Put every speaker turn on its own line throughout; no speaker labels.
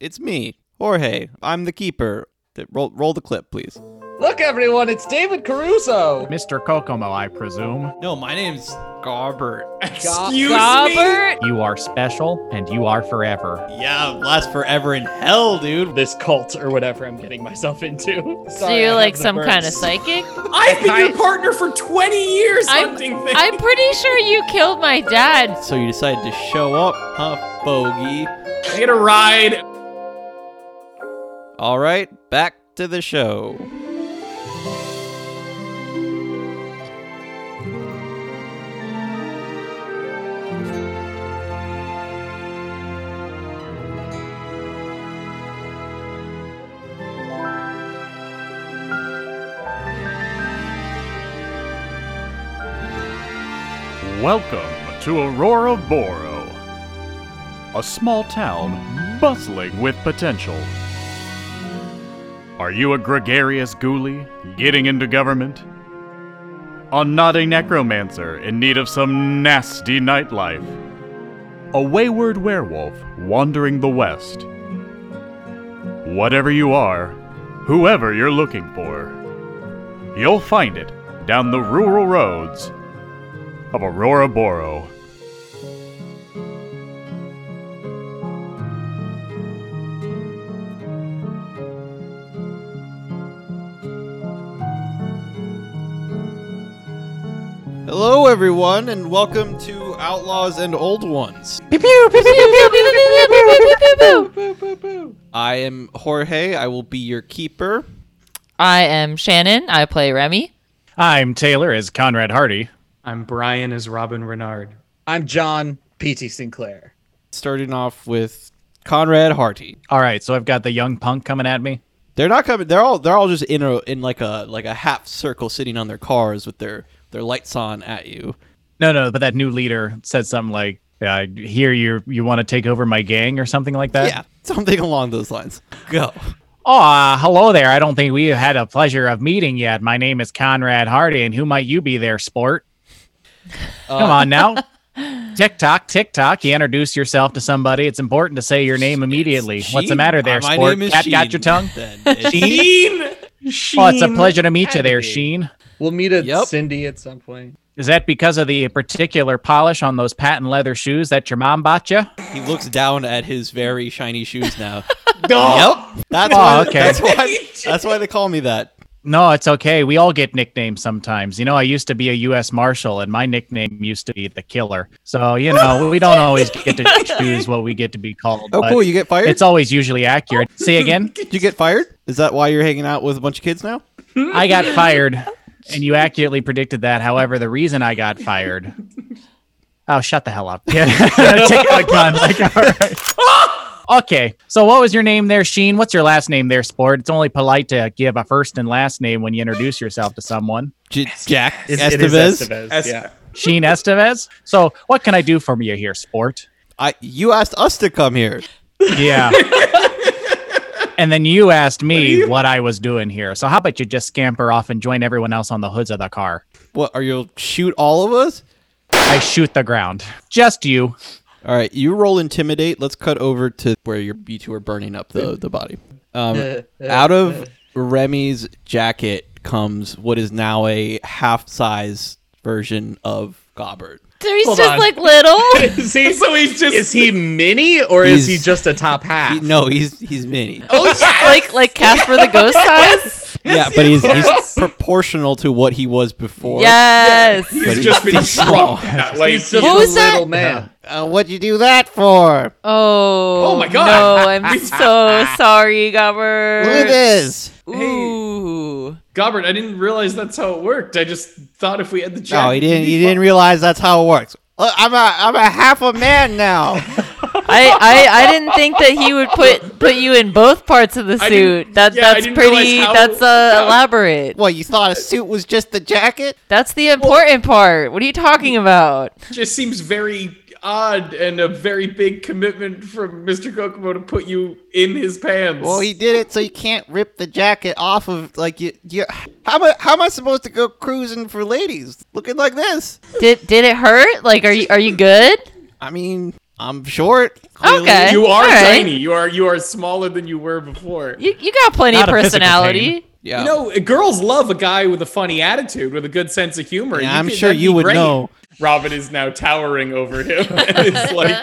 It's me, Jorge. I'm the keeper. Th- Roll, roll the clip, please.
Look, everyone, it's David Caruso.
Mr. Kokomo, I presume.
No, my name's Garbert.
Ga-
Excuse me.
Robert?
You are special and you are forever.
Yeah, last forever in hell, dude.
This cult or whatever I'm getting myself into.
So
Sorry, I
you're
have
like
the
some kind
burps.
of psychic?
I've been your partner for 20 years
I'm-
hunting things.
I'm pretty sure you killed my dad.
So you decided to show up, huh, bogey?
I get a ride.
All right, back to the show.
Welcome to Aurora Boro, a small town bustling with potential. Are you a gregarious ghoulie getting into government? A naughty necromancer in need of some nasty nightlife? A wayward werewolf wandering the west? Whatever you are, whoever you're looking for, you'll find it down the rural roads of Aurora Boro.
Hello, everyone, and welcome to Outlaws and Old Ones. I am Jorge. I will be your keeper.
I am Shannon. I play Remy.
I'm Taylor as Conrad Hardy.
I'm Brian as Robin Renard.
I'm John P.T. Sinclair.
Starting off with Conrad Harty.
All right, so I've got the young punk coming at me.
They're not coming. They're all they're all just in a in like a like a half circle, sitting on their cars with their their lights on at you.
No, no, but that new leader said something like, I hear you you want to take over my gang or something like that.
Yeah, something along those lines. Go.
Oh, uh, hello there. I don't think we have had a pleasure of meeting yet. My name is Conrad Hardy, and who might you be there, sport?
Uh,
Come on now. tick tock, tick tock. You introduce yourself to somebody. It's important to say your name immediately. What's the
Sheen?
matter there,
Uh, my
sport?
name is
Cat got
Sheen,
your tongue?
Then.
Sheen.
Oh, it's a pleasure to meet you there, Sheen.
We'll meet at
Yep.
Cindy at some point.
Is that because of the particular polish on those patent leather shoes that your mom bought you?
He looks down at his very shiny shoes now.
Duh.
yep. That's
Oh,
why,
okay.
That's why, that's why they call me that.
No, it's okay. We all get nicknames sometimes. You know, I used to be a U.S. Marshal, and my nickname used to be the Killer. So you know, we don't always get to choose what we get to be called.
Oh,
but
cool. You get fired.
It's always usually accurate. Say again.
you get fired? Is that why you're hanging out with a bunch of kids now?
I got fired, and you accurately predicted that. However, the reason I got fired. Oh, shut the hell up! Yeah, take out a gun. Like, all right. Okay, so what was your name there, Sheen? What's your last name there, Sport? It's only polite to give a first and last name when you introduce yourself to someone.
J- Jack Estevez.
It's- it is Estevez,
As-
yeah.
Sheen Estevez. So, what can I do for you here, sport?
I you asked us to come here.
Yeah. and then you asked me what, I was doing here. So, how about you just scamper off and join everyone else on the hoods of the car?
What are you shoot all of us?
I shoot the ground. Just you.
All right, you roll intimidate. Let's cut over to where your you two are burning up the the body. Um, out of Remy's jacket comes what is now a half size version of Gobbert.
So he's
Hold
just
on.
like little.
Is he,
So he's just.
is he mini or is he
He's-
just a top half?
Ah.
He- no, he's he's mini.
Oh,
Oh,
like like Casper the Ghost size.
yeah, but he's, he's proportional to what he was before.
Yes.
but
He's just been
small.
shrunk. Like,
He's just
Who
a
was that?
little man.
Uh, what'd you do that for?
Oh.
Oh my God.
No, I'm so sorry, Gobber.
this.
Ooh.
Gobert, I didn't realize that's how it worked. I just thought if we had the chat.
No, he didn't. He didn't realize that's how it works. Uh, I'm a I'm a half a man now.
I, I I didn't think that he would put put you in both parts of the
I
suit.
didn't-
That
yeah, I
that's
didn't
pretty.
realize how-
that's uh, elaborate.
what you thought a suit was just the jacket?
That's the important part. What are you talking about?
just seems very odd and a very big commitment from Mr. Kokomo to put you in his pants.
Well, he did it so you can't rip the jacket off of like you. you how am I, how am I supposed to go cruising for ladies looking like this?
Did did it hurt? Like, are you are you good?
I mean, I'm short. clearly.
Okay.
You are
all right.
tiny. You are you are smaller than you were before.
You, you got plenty
Not
of
a physical
personality.
Yeah.
You know, girls love a guy with a funny attitude, with a good sense of humor.
Yeah,
You
I'm
can-
sure
that'd
you
be
would
great.
know.
Robin is now towering over him. it's like,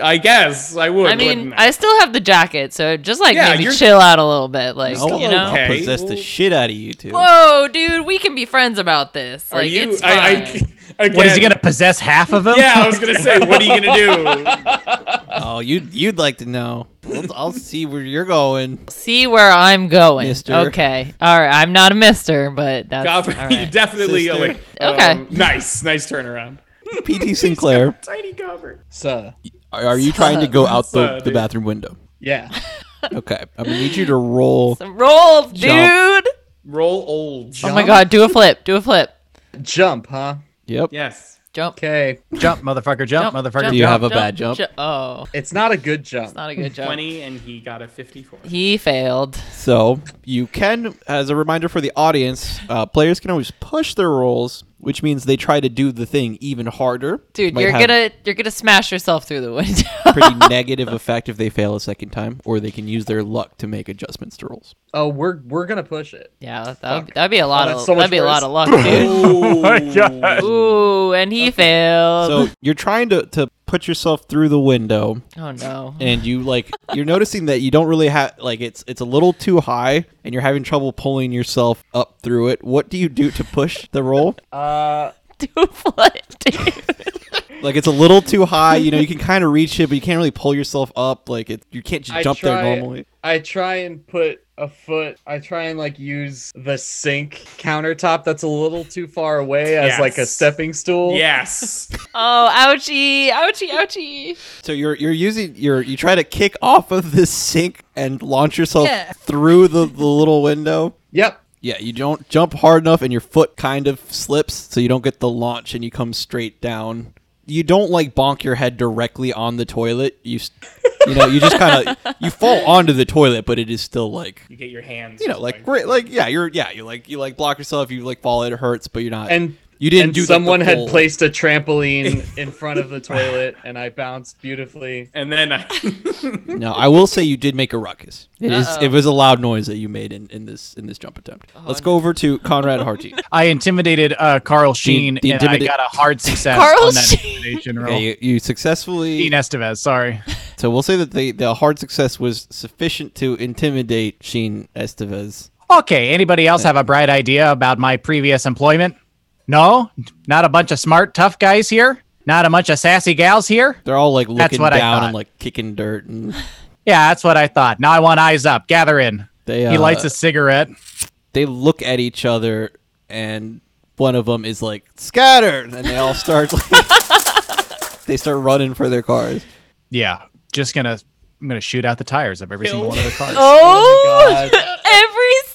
I guess I would.
I mean,
wouldn't I?
I still have the jacket, so just like
Yeah,
maybe
you're-
chill out a little bit, like
I'll,
you know.
I'll
okay,
possess the
well-
shit out of you two.
Whoa, dude, we can be friends about this.
are
Like,
you?
it's
I, I,
fine.
again,
What is he gonna possess half of them?
Yeah, I was gonna say, what are you gonna do?
Oh, you'd you'd like to know. I'll, I'll see where you're going.
See where I'm going.
Mister.
Okay, all right. I'm not a mister, but that's
Gob,
all
you
right.
definitely
Sister.
like.
Okay.
um, nice, nice turnaround.
PT Sinclair,
Tiny Gobber.
So
are, are you trying to go out the,
Suck,
the
dude.
bathroom window?
yeah,
Okay, I'm gonna need you to roll.
Roll, dude.
Roll old.
Oh my god, do a flip, do a flip.
jump, huh?
Yep.
Yes.
Jump.
Okay,
Jump, motherfucker, jump, motherfucker,
Do
jump.
you have a bad jump?
ju- oh,
it's not a good jump.
not a good jump.
Twenty, and he got a fifty-four.
He failed.
So you can, as a reminder for the audience, uh, players can always push their rolls, which means they try to do the thing even harder.
Dude,
Might
you're
have
gonna you're gonna smash yourself through the window.
pretty negative effect if they fail a second time, or they can use their luck to make adjustments to rolls.
Oh, we're we're gonna push it.
yeah, that would that'd be a lot
Oh,
of
that's so much
that'd be a
worse.
lot of luck, dude.
Oh my
God.
Ooh, and he failed.
So you're trying to, to put yourself through the window
oh no.
and you like you're noticing that you don't really have like it's it's a little too high and you're having trouble pulling yourself up through it. What do you do to push the roll?
Uh,
Do a flip, dude.
Like it's a little too high, you know, you can kind of reach it, but you can't really pull yourself up. Like it, you can't just
I
jump there
try-
normally.
I try and put a foot. I try and like use the sink countertop that's a little too far away as
Yes.
like a stepping stool.
Yes.
Oh, ouchie, ouchie, ouchie.
So you're you're using your you try to kick off of this sink and launch yourself
Yeah.
through the, the little window.
Yep.
Yeah, you don't jump hard enough and your foot kind of slips, so you don't get the launch and you come straight down. You don't like bonk your head directly on the toilet. You s- you know, you just kind of you fall onto the toilet, but it is still like
You get your hands.
you know, like great, like yeah, you're yeah, you like you like block yourself, you like fall, it hurts, but you're not.
And
you didn't
and
do like, the
someone
full-
had placed a trampoline in front of the toilet, and I bounced beautifully.
and then uh, I,
No, I will say you did make a ruckus. It is
Uh-oh.
it was a loud noise that you made in, in this in this jump attempt. Let's go over to Conrad Harty.
I intimidated uh, Carl Sheen,
the
and I
intimida-
got a hard success
Carl
on that
Sheen.
intimidation roll.
Okay, you, you successfully
Sheen Estevez, sorry.
So we'll say that the, the hard success was sufficient to intimidate Sheen Estevez.
Okay, anybody else have a bright idea about my previous employment? No? Not a bunch of smart, tough guys here? Not a bunch of sassy gals here?
They're all like looking
what I
down
thought.
and like kicking dirt, and
Yeah, that's what I thought. Now I want eyes up. Gather in.
They,
he
uh,
lights a cigarette.
they look at each other, and one of them is like scattered, and they all start like, they start running for their cars.
Yeah, just gonna I'm gonna shoot out the tires of every single one of the cars.
Oh,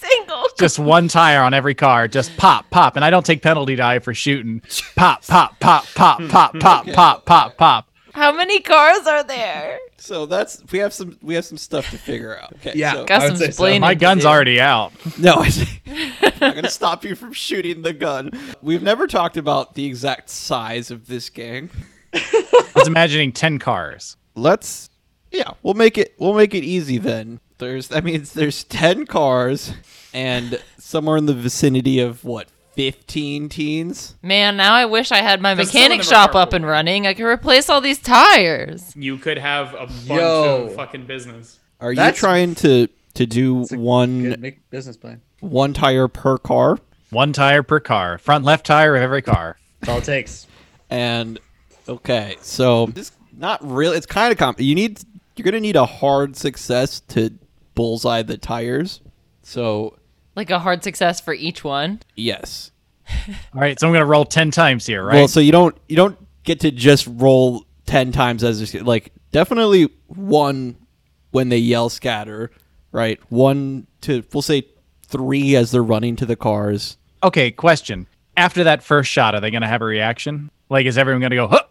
every single.
Just one tire on every car, just pop, pop, and I don't take penalty die for shooting. Pop, pop, pop, pop, pop, pop, pop, pop, pop.
How many cars are there?
So that's we have some we have some stuff to figure out. Okay,
Yeah.
so-
Got
I would
some
say so.
splaining.
My
to
gun's
do.
already out.
No, I see. I'm not going to stop you from shooting the gun. We've never talked about the exact size of this gang.
I was imagining ten cars.
Let's yeah, we'll make it we'll make it easy then. There's that means there's 10 cars and somewhere in the vicinity of what 15 teens.
Man, now I wish I had my
Just some
mechanic
of them are
shop up and running. I could replace all these tires.
you could have a bunch
Yo.
of fucking business.
Are
That's-
you trying to to do
a
one
Good make business plan.
one tire per car
One tire per car. Front left tire of every car.
That's all it takes.
and okay, so this not really it's kind of comp you need you're going to need a hard success to bullseye the tires. So
Like a hard success for each one.
Yes.
All right, so I'm gonna roll ten times here, right?
Well, so you don't you don't get to just roll ten times as a, like definitely one when they yell scatter, right? One to we'll say three as they're running to the cars.
okay, question. After that first shot, are they gonna have a reaction? Like, is everyone gonna go? Huh?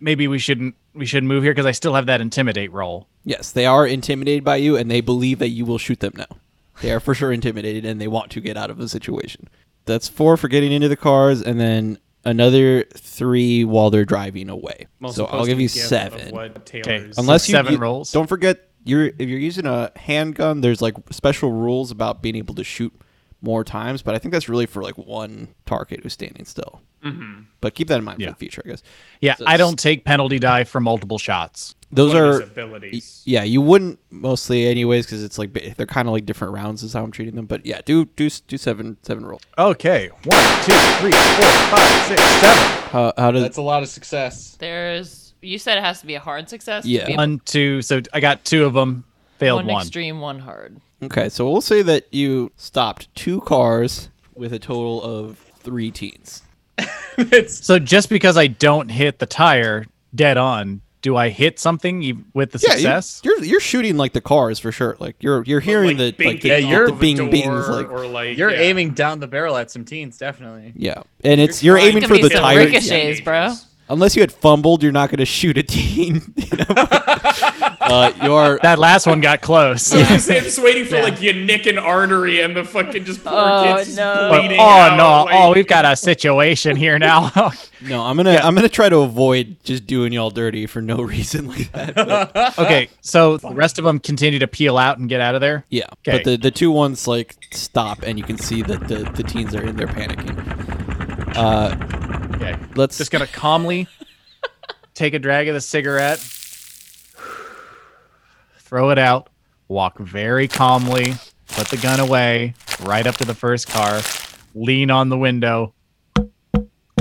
Maybe we shouldn't we should move here because I still have that intimidate roll.
Yes, they are intimidated by you, and they believe that you will shoot them now. They are for sure intimidated, and they want to get out of the situation. That's four for getting into the cars, and then another three while they're driving away.
Most
so I'll
posted
give you
gif of
seven.
what
Okay.
Taylor's-
Unless you,
seven
you-
rolls.
Don't forget, you're if you're using a handgun, there's like special rules about being able to shoot more times. But I think that's really for like one target who's standing still. But keep that in mind for the future, I guess.
Yeah,
So
I
it's-
don't take penalty die for multiple shots.
Those
one of
are
his abilities.
yeah. You wouldn't mostly anyways because it's like ba- they're kind of like different rounds is how I'm treating them. But yeah, do do do seven seven rolls.
Okay. One, two, three, four, five, six, seven.
Uh, How how does
That's a lot of success.
There's. You said it has to be a hard success. to
Yeah.
be
One, two. So I got two of them. Failed
one
one.
extreme, one hard.
okay? So we'll say that you stopped two cars with a total of three teens.
it's
So just because I don't hit the tire dead on, do I hit something ev- with the
Yeah, you-
success?
you're you're shooting like the cars for sure. Like you're you're hearing
like,
the like the,
banking
the
off you're- of a
bing bings
Or-
like
or like
you're
yeah.
aiming down the barrel at some teens, definitely.
yeah, and it's you're,
trying
aiming
to
for
be
the
some
tire.
ricochets.
yeah.
ricochets, bro.
Unless you had fumbled, you're not going to shoot a teen. you know? uh, you are
That last one got close.
I'm just, I'm just waiting for like you nick an artery and the fucking just poor
Oh,
kid's just
no.
But,
bleeding
oh
out,
no!
like-
oh, we've got a situation here now.
no. I'm gonna I'm gonna try to avoid just doing y'all dirty for no reason like that. but-
okay, so the rest of them continue to peel out and get out of there.
yeah,
Okay.
but the the two ones like stop, and you can see that the the teens are in there panicking. Uh,
Okay,
let's
just gonna calmly take a drag of the cigarette, throw it out, walk very calmly, put the gun away, right up to the first car, lean on the window.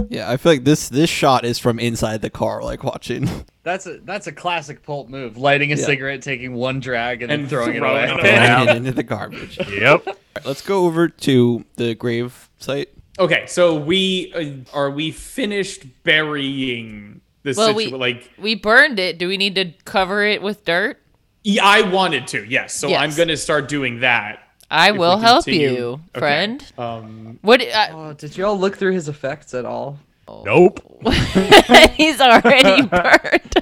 yeah. I feel like this this shot is from inside the car, like watching.
That's a that's a classic pulp move. Lighting a
Yeah.
cigarette, taking one drag, and, then
And
throwing it
throwing
away.
it away.
Ran it into the garbage.
Yep.
Alright, let's go over to the grave site.
Okay, so we uh, are we finished burying the
Well, we-
situation? Like,
We burned it. Do we need to cover it with dirt?
yeah, e, I wanted to, yes. So I'm
Yes.
gonna start doing that.
I
we
will help
continue-
you,
Okay.
friend.
Um,
What? I,
Oh, did y'all look through his effects at all?
Nope.
he's already burned.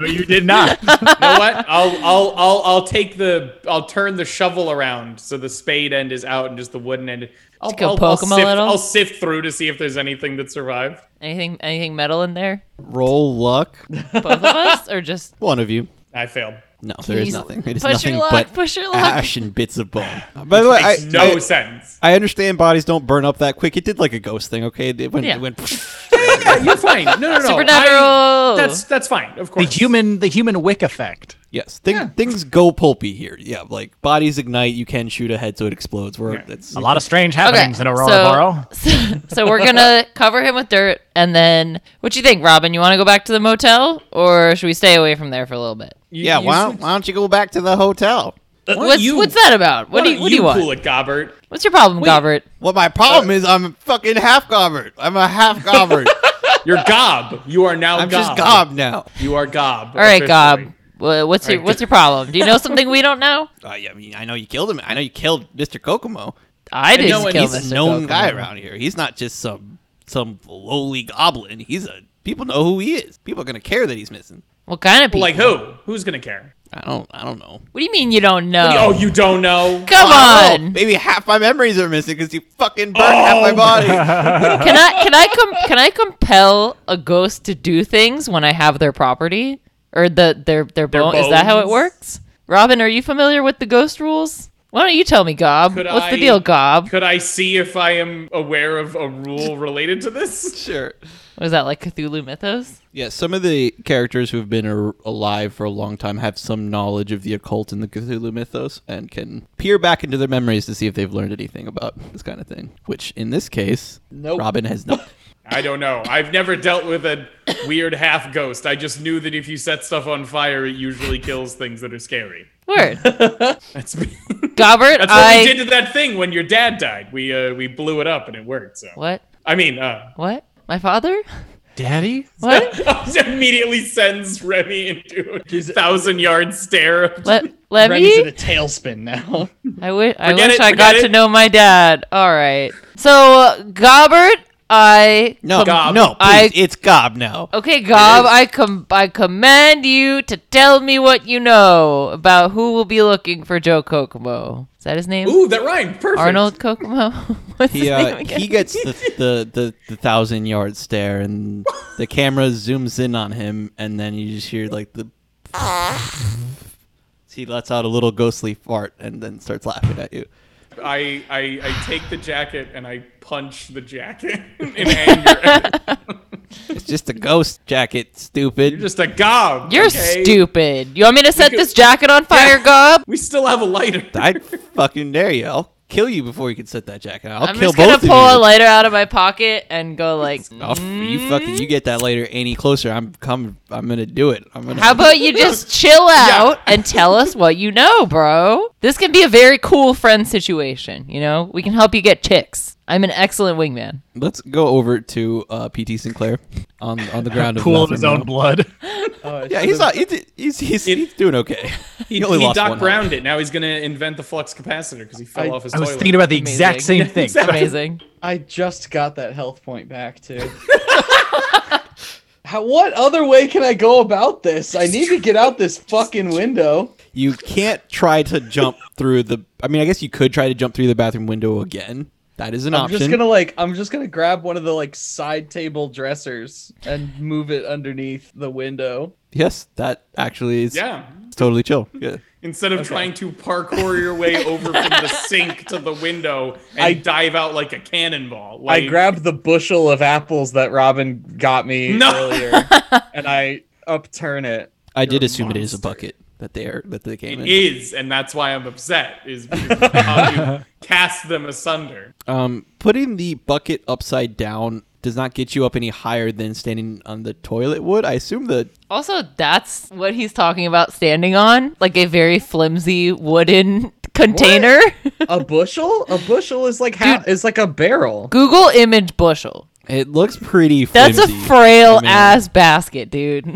No, you did not.
you know what? I'll I'll I'll I'll take the I'll turn the shovel around so the spade end is out and just the wooden end. I'll,
go
I'll,
poke 'em
I'll
a
sift,
little.
I'll sift through to see if there's anything that survived.
anything? Anything metal in there?
Roll luck.
Both of us, or just
One of you.
I failed.
No, there is
Please,
nothing. It is
push
nothing
your luck,
but
push your luck.
ash and bits of bone. By the way, I,
Makes no
I,
sense.
I understand bodies don't burn up that quick. It did like a ghost thing, okay? It went,
Yeah.
it went
You're fine. No, no, no. I-
Supernatural!
that's that's fine. Of
The
course.
human, the human wick effect.
yes. Thing, Things go pulpy here. Yeah, like bodies ignite. You can shoot ahead so it explodes. We're, that's,
A lot of strange happenings in Aurora
so,
Boro.
So, so we're gonna cover him with dirt, and then what you think, Robin? You want to go back to the motel, or should we stay away from there for a little bit?
yeah, why don't, why don't you go back to the hotel?
Uh, what's
you-
what's that about? What do you, what do you want?
Pull it, Gobbert.
What's your problem, Gobbert?
Well, my problem is I'm fucking half gobbered. I'm a half gobbered.
You're gob. You are now
I'm
gob.
just gob now.
You are gob.
All right,
officially.
Gob. Wha- What's your What's your problem? Do you know something we don't know?
Uh, yeah, I mean, I know you killed him. I know you killed Mr. Kokomo.
I didn't
no, and
kill
he's
Mr.
He's a known
Kokomo.
guy around here. He's not just some some lowly goblin. He's a people know who he is. People are gonna care that he's missing.
What kind of people?
Like who? Who's gonna care?
I don't I don't know.
What do you mean you don't know?
Oh, you don't know?
Come
Oh,
on!
maybe half my memories are missing because you fucking burned half my body.
Can I can I com- can I compel a ghost to do things when I have their property or the their their, bone? Is that how it
bones?
works? Robin, are you familiar with the ghost rules? Why don't you tell me, Gob?
Could
What's
I-
the deal, Gob?
Could I see if I am aware of a rule related to this?
sure.
Was that like Cthulhu Mythos?
Yeah, some of the characters who have been ar- alive for a long time have some knowledge of the occult and the Cthulhu mythos and can peer back into their memories to see if they've learned anything about this kind of thing. Which, in this case,
Nope.
Robin has not.
I don't know. I've never dealt with a weird half ghost. I just knew that if you set stuff on fire, it usually kills things that are scary.
Word,
That's, that's what
Gobbert. I
we did to that thing when your dad died. We uh, we blew it up and it worked. So
what
I mean, uh,
what my father?
Daddy.
What?
immediately sends Remy into a thousand yard stare.
Let
Remy's in a
Levy.
tailspin now.
I wish I
Forget
wish
it,
I
forget
got
it.
to know my dad. All right. So Gobbert, I
No,
Gob.
no, please,
I-
it's Gob now.
Okay, Gob, I com- I command you to tell me what you know about who will be looking for Joe Kokomo. Is that his name?
Ooh, that rhymed. Perfect.
Arnold Kokomo. What's
He
his
uh,
name again?
he gets the the, the the thousand yard stare, and the camera zooms in on him, and then you just hear like the. he lets out a little ghostly fart, and then starts laughing at you.
I, I I take the jacket and I punch the jacket in anger.
It's just a ghost jacket,
You're
stupid.
just a gob.
You're
okay?
stupid. You want me to set
could-
this jacket on fire, Gob?
We still have a lighter.
I fucking dare you. I'll kill you before you can set that jacket. I'll
I'm
kill
just gonna
both
pull
of
a
you.
lighter out of my pocket and go like,
I'll f- you fucking you get that later any closer. I'm come. I'm gonna do it. I'm gonna.
How about you just chill out and tell us what you know, bro? This can be a very cool friend situation, you know? We can help you get chicks. I'm an excellent wingman.
Let's go over to uh, PT Sinclair on on the ground. of
Pool of his
nothing
own
now.
blood.
Yeah, he's not. He's he's, he's, he's doing okay.
He,
only
he
lost
Doc
one.
Browned it. Now he's gonna invent the flux capacitor because he fell off his
I was
toilet.
thinking about the exact
Amazing.
same thing.
Amazing.
I just got that health point back too. How, what other way can I go about this? I need to get out this fucking window.
You can't try to jump through the. I mean, I guess you could try to jump through the bathroom window again. That is an
I'm
option.
just gonna like I'm just gonna grab one of the like side table dressers and move it underneath the window.
Yes, that actually is
Yeah.
totally chill. Yeah.
Instead of trying to parkour your way over from the sink to the window and
I-
dive out like a cannonball.
I
Like,
grabbed the bushel of apples that Robin got me
No.
earlier and I upturn it.
I did
You're a
assume it is a
monster.
bucket that they are that they came
It
in.
is, and that's why I'm upset. Is because of how you cast them asunder.
Um, putting the bucket upside down does not get you up any higher than standing on the toilet would. I assume the
Also, that's what he's talking about standing on, like a very flimsy wooden container.
A bushel? A bushel is like ha- is like a barrel.
Google image bushel.
it looks pretty.
That's
flimsy.
a frail
I mean-
ass basket, dude.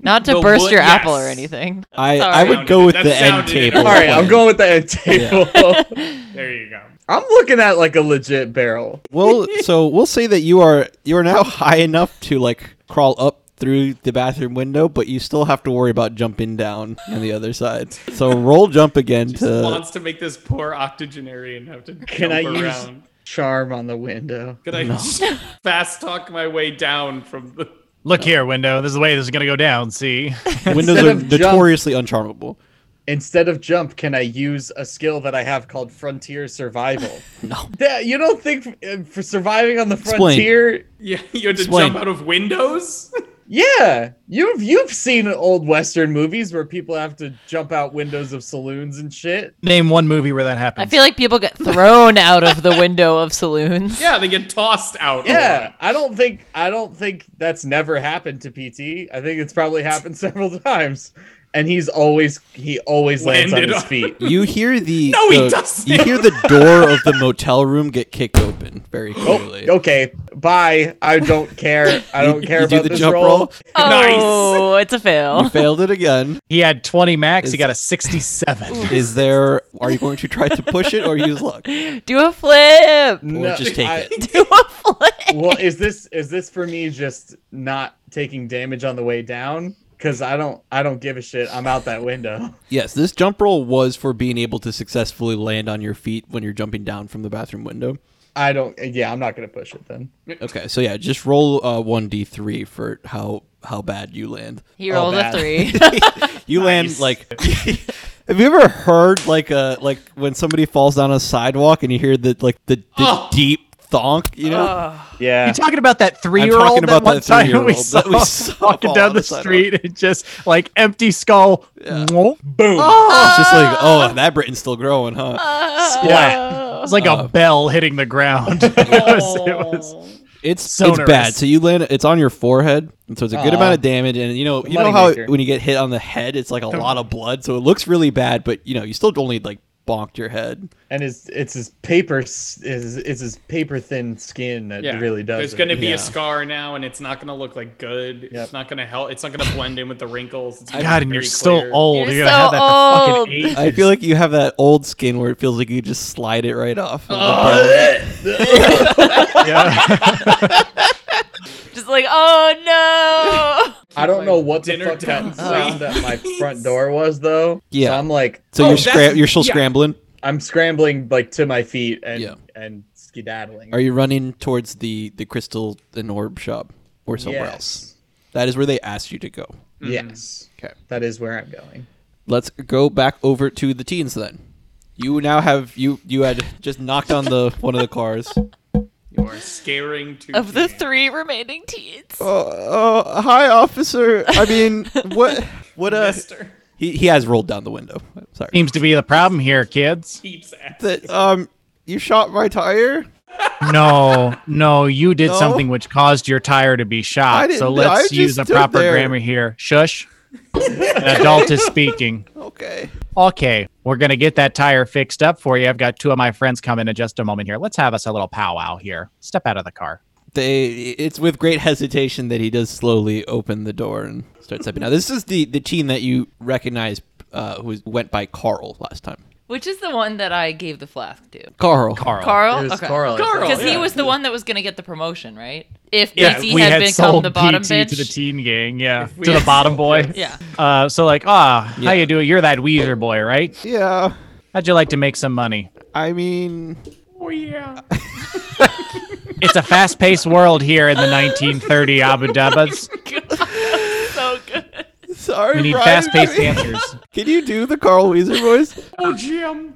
Not to
The
burst
wood-
your apple or
yes. Uh,
anything.
I,
Sorry.
I would go with
That
the end
sounded-
table.
All right, I'm
plan.
going with the end table.
There you go.
I'm looking at like a legit barrel.
Well, so we'll say that you are you are now high enough to like crawl up through the bathroom window, but you still have to worry about jumping down on the other side. So roll jump again
Just
to
wants to make this poor octogenarian have to
Can
jump
I use-
around.
Charm on the window.
Can I just fast talk my way down from the?
Look here, window. This is the way this is gonna go down. See,
windows
instead
are
of jump.
notoriously uncharmable.
Instead of jump, can I use a skill that I have called frontier survival?
No.
That- you don't think uh, for surviving on the
Explain.
frontier?
Yeah, you had to
Explain.
jump out of windows.
Yeah, you've you've seen old western movies where people have to jump out windows of saloons and shit.
name one movie where that
I
happens.
feel like people get thrown out of the window of saloons.
Yeah, they get tossed out. a
Yeah,
lot.
I don't think I don't think that's never happened to PT. I think it's probably happened several times, and he's always he always lands on
Landed
his
on-
feet.
You hear the
No, he
the-
doesn't.
you hear the door of the motel room get kicked open very
Oh,
clearly.
okay. Bye. I don't care. I don't
You-
care
you do
about
the
this
jump
role.
roll.
Oh, it's a fail.
You failed it again.
he had 20 max. he
Is-
got a 67.
Is there? Are you going to try to push it or use luck?
Do a flip.
Or just take
I-
it.
Do a flip.
Well, is this is this for me just not taking damage on the way down? Because I don't I don't give a shit. I'm out that window.
Yes, this jump roll was for being able to successfully land on your feet when you're jumping down from the bathroom window.
I don't. Yeah, I'm not gonna push it then.
Okay, so yeah, just roll uh, one d three for how how bad you land.
He rolled a
bad.
three.
You land like. have you ever heard like a like when somebody falls down a sidewalk and you hear the like the, the deep thonk? You know,
Yeah.
You talking about that three-year-old
talking
that
about
one
that
time we
three-year-old
saw,
that we saw
walking
on
down
the
the
sidewalk.
street and just like empty skull, Whoop.
Boom.
it's just like oh that Britain's still growing, huh?
splat. It's like
Uh,
a bell hitting the ground. it
Oh.
was, it was-
It's it's
Sonorous.
bad. So you land. It's on your forehead, and so it's a good
Aw.
amount of damage. And you know, you know
money
how
maker.
when you get hit on the head, it's like a lot of blood. So it looks really bad, but you know, you still only like bonked your head.
and his it's his paper s- is it's his paper thin skin that
Yeah,
really does.
There's
it.
going to be
Yeah.
a scar now, and it's not going to look like good.
Yep.
It's not going to help. It's not going to blend in with the wrinkles. It's gonna
God,
be
and you're
very
still
clear.
old.
You're
You're, gonna have
so
that for
old.
fucking ages.
I feel like you have that old skin where it feels like you just slide it right off.
Oh,
of the
Just like, oh no.
I don't know what the
Dinner
fuck that
done.
sound at my front door was though.
Yeah.
so I'm like
So
Oh,
you're
that's-
scram- you're still
yeah.
scrambling.
I'm scrambling like to my feet and
Yeah.
and skedaddling.
Are you running towards the the crystal and orb shop or somewhere
yes.
else? That is where they asked you to go.
Yes.
Okay.
That is where I'm going.
Let's go back over to the teens then. You now have you you had just knocked on the one of the cars.
You are scaring to
of the three remaining teens.
Oh, hi officer. I mean, what what uh
Mister
he, he has rolled down the window. Sorry.
Seems to be the problem here, kids.
keeps at
that um you shot my tire?
No, no, you did
No?
something which caused your tire to be
I
shot.
didn't-
So
I
let's
just
use the
stood
proper
there.
grammar here. Shush. An adult is speaking.
Okay.
Okay, we're gonna get that tire fixed up for you. I've got two of my friends coming in just a moment here. Let's have us a little powwow here. Step out of the car.
they it's with great hesitation that he does slowly open the door and start stepping out. This is the the teen that you recognize uh, who went by Carl last time.
Which is the one that I gave the flask to?
Carl.
Carl.
Carl?
It was Carl. Carl,
Because he
yeah.
was the one that was going to get the promotion, right? If
Yeah,
BT
we
had,
had,
become
sold
the bottom
PT
bitch.
to the teen gang. Yeah,
we
to the
had
bottom
sold
boy.
Yeah.
Uh, so like, ah, how
Yeah.
you doing? You're that Weezer boy, right?
Yeah.
How'd you like to make some money?
I mean,
Oh yeah.
It's a fast-paced world here in the 1930 Abu Dhabas.
so good.
sorry.
We need
Brian,
fast-paced
can you-
answers.
Can you do the Carl Weezer voice?
Oh Jim.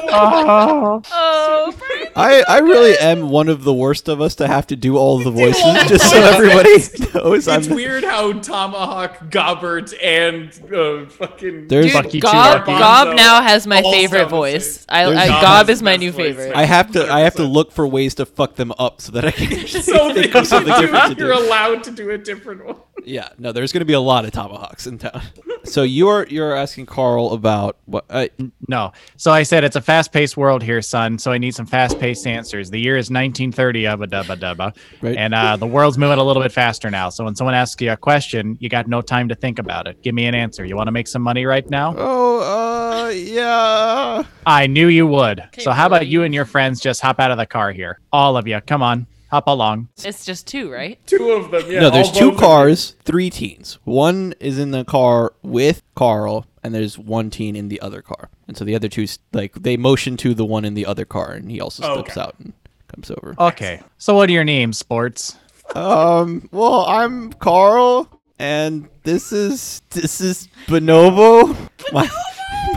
Oh, Brian.
I, I really am one of the worst of us to have to do all the voices, just so everybody knows
It's
I'm.
weird how Tomahawk, Gobbert, and uh, fucking
There's,
Fuck you,
Dude, Gob,
Chiarchi.
Gob now has my
All
favorite
stuff is-
voice. I,
There's
I,
Gob
Gob
is
is my
best
new
voice,
favorite.
man.
I have to I have to look for ways to fuck them up so that I can actually
So
think of something different to do.
you're allowed to do a different one.
Yeah, no, there's going to be a lot of tomahawks in town. so you're you're asking Carl about what? Uh,
No. So I said it's a fast-paced world here, son. So I need some fast-paced answers. The year is 1930, abba dubba dubba,
Right.
and uh, the world's moving a little bit faster now. So when someone asks you a question, you got no time to think about it. Give me an answer. You want to make some money right now?
oh, uh, yeah.
I knew you would. so how about
really?
you and your friends just hop out of the car here, all of you? Come on, hop along.
It's just two, right?
Two of them. Yeah.
No, there's
all
two
both of them.
cars, three teens. One is in the car with Carl, and there's one teen in the other car. And so the other two, s- like, they motion to the one in the other car, and he also steps out and comes over.
Okay. So what are your names, sports?
Um, well, I'm Carl, and this is this is Bonobo, my,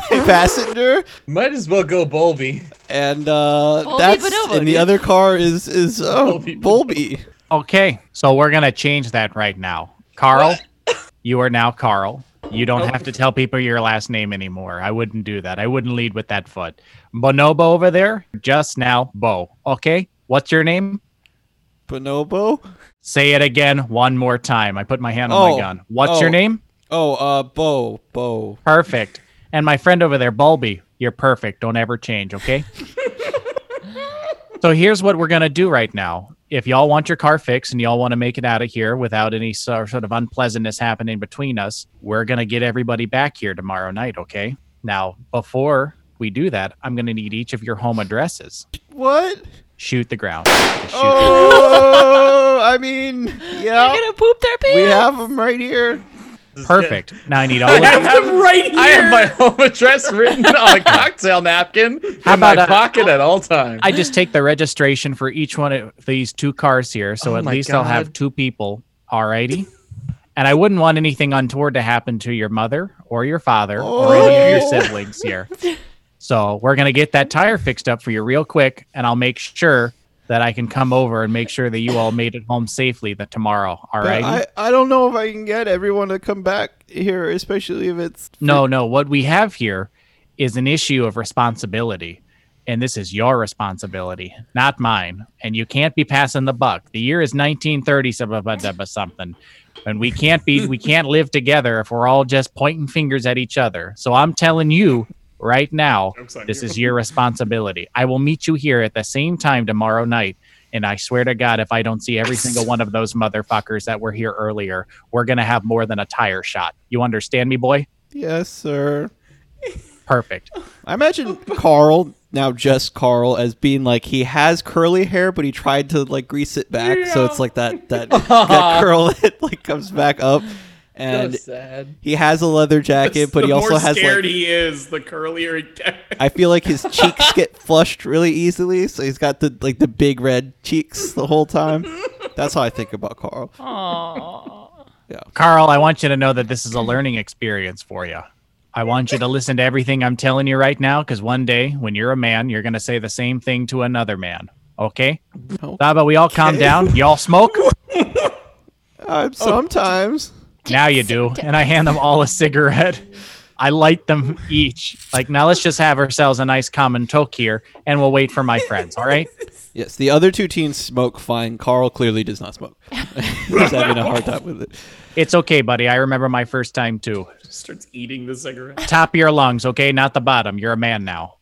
my passenger.
Might as well go Bulby.
and uh,
Bulby
that's
Bonobo,
and the
dude.
other car is is uh,
Bulby
Bulby.
Okay. So we're gonna change that right now, Carl. you are now Carl. You don't have to tell people your last name anymore. I wouldn't do that. I wouldn't lead with that foot. Bonobo over there, just now, Bo. Okay. What's your name?
Bonobo.
Say it again one more time. I put my hand on
Oh.
my gun. What's your
Oh.
name?
Oh, uh, Bo, Bo.
Perfect. And my friend over there, Bulby, you're perfect. Don't ever change, okay? so here's what we're going to do right now. If y'all want your car fixed and y'all want to make it out of here without any sor- sort of unpleasantness happening between us, we're going to get everybody back here tomorrow night, okay? Now, before we do that, I'm going to need each of your home addresses.
What?
Shoot the ground. Just shoot the-
Oh, I mean,
They're
yeah,
going to poop their pants.
we have them right here.
Perfect. Now I need all of you.
I'm right here.
I have my home address written on a cocktail napkin
How
in my
about, uh,
pocket at all times.
I just take the registration for each one of these two cars here, so
Oh
at
my
least I'll have
God.
two people. Alrighty. And I wouldn't want anything untoward to happen to your mother or your father or any of
Oh.
your siblings here. So we're gonna get that tire fixed up for you real quick, and I'll make sure that I can come over and make sure that you all made it home safely the tomorrow. All right.
I I don't know if I can get everyone to come back here, especially if it's
No, no. What we have here is an issue of responsibility. And this is your responsibility, not mine. And you can't be passing the buck. The year is 1930 some- uh, uh, something. And we can't be we can't live together if we're all just pointing fingers at each other. So I'm telling you, right now.
Jokes on
This
you.
is your responsibility. I will meet you here at the same time tomorrow night. And I swear to God, if I don't see every single one of those motherfuckers that were here earlier, we're going to have more than a tire shot. You understand me, boy?
Yes, sir.
Perfect.
I imagine Carl now just Carl as being like he has curly hair, but he tried to like grease it back, so it's like that that, that curl that like comes back up, and
sad.
he has a leather jacket,
That's
but
the
he also
more
has
scared
like
he is, the curlier he gets.
I feel like his cheeks get flushed really easily, so he's got the like the big red cheeks the whole time. That's how I think about Carl.
Carl, I want you to know that this is a learning experience for you. I want you to listen to everything I'm telling you right now because one day when you're a man, you're going to say the same thing to another man. Okay?
Oh.
How about we all calm down? Y'all smoke?
Oh.
Uh, sometimes
Now you do. And I hand them all a cigarette. I light them each. Like, now let's just have ourselves a nice common toke here and we'll wait for my friends. All right?
Yes, the other two teens smoke fine. Carl clearly does not smoke. He's having a hard time with it.
It's okay, buddy. I remember my first time too.
starts eating the cigarette.
Top of your lungs, okay? Not the bottom. You're a man now.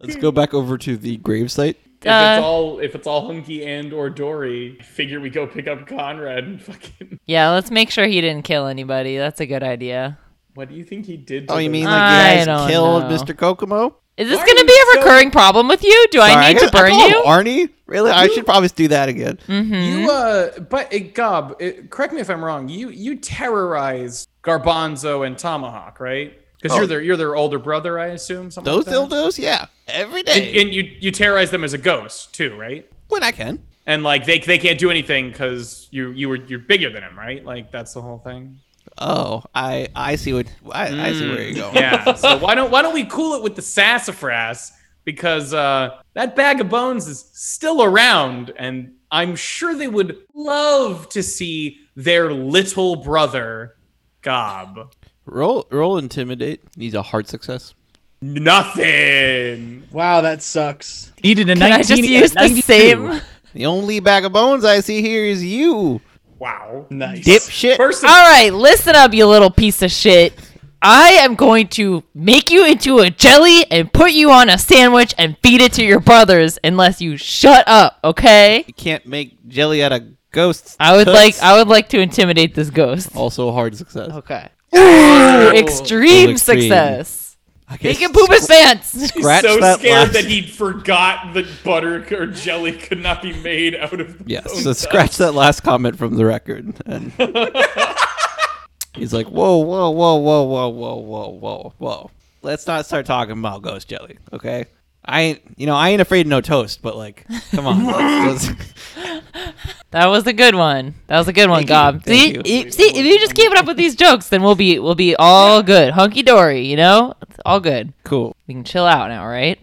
Let's go back over to the gravesite.
If
Uh.
it's all if it's all hunky and or Dory, I figure we go pick up Conrad and fucking.
Yeah, let's make sure he didn't kill anybody. That's a good idea.
What do you think he did? To
Oh, you
the-
mean
I
like you guys
don't
killed
know.
Mr. Kokomo?
Is this
Why
going
are
to be
you
a
so-
recording problem with you? Do I
Sorry,
need
guess-
to burn
call him
you? Mm.
Arnie? Really? I
Mm-hmm.
should probably do that again.
You uh, but uh, Gob, uh, correct me if I'm wrong. You you terrorized Garbanzo and Tomahawk, right? Because you're their you're their older brother, I assume. Something
Those
like that?
dildos? Yeah. Every
And,
day.
and you you terrorize them as a ghost too, right?
when I can.
And like they they can't do anything because you you were you're bigger than him, right? Like that's the whole thing.
Oh, I I see what I, I see where you're going.
Mm. Yeah. so why don't why don't we cool it with the sassafras? Because uh, that bag of bones is still around, and I'm sure they would love to see their little brother, Gob.
Roll roll intimidate. Needs a hard success.
Nothing.
Wow, that sucks.
Needed a
Can I just use the same?
The only bag of bones I see here is you.
Wow.
Nice.
Dipshit.
First, of,
All right, listen up, you little piece of shit. I am going to make you into a jelly and put you on a sandwich and feed it to your brothers unless you shut up, okay?
you can't make jelly out of ghosts.
I would
Toots.
like I would like to intimidate this ghost.
also hard success.
Okay. Ooh, extreme,
extreme.
success.
I guess
Make him poop his pants.
he's so
that
scared
last-
that he forgot that butter or jelly could not be made out of. the
Yes,
bone
so scratch that last comment from the record. And he's like, whoa, whoa, whoa, whoa, whoa, whoa, whoa, whoa, whoa. Let's not start talking about ghost jelly, okay? I ain't, you know, I ain't afraid of no toast, but like, come on. let's- let's-
That was a good one. That was a good one,
you.
Gob. See,
Thank
you- see, if you just keep it up with these jokes, then we'll be we'll be all good, hunky dory. You know, it's all good.
cool.
We can chill out now, right?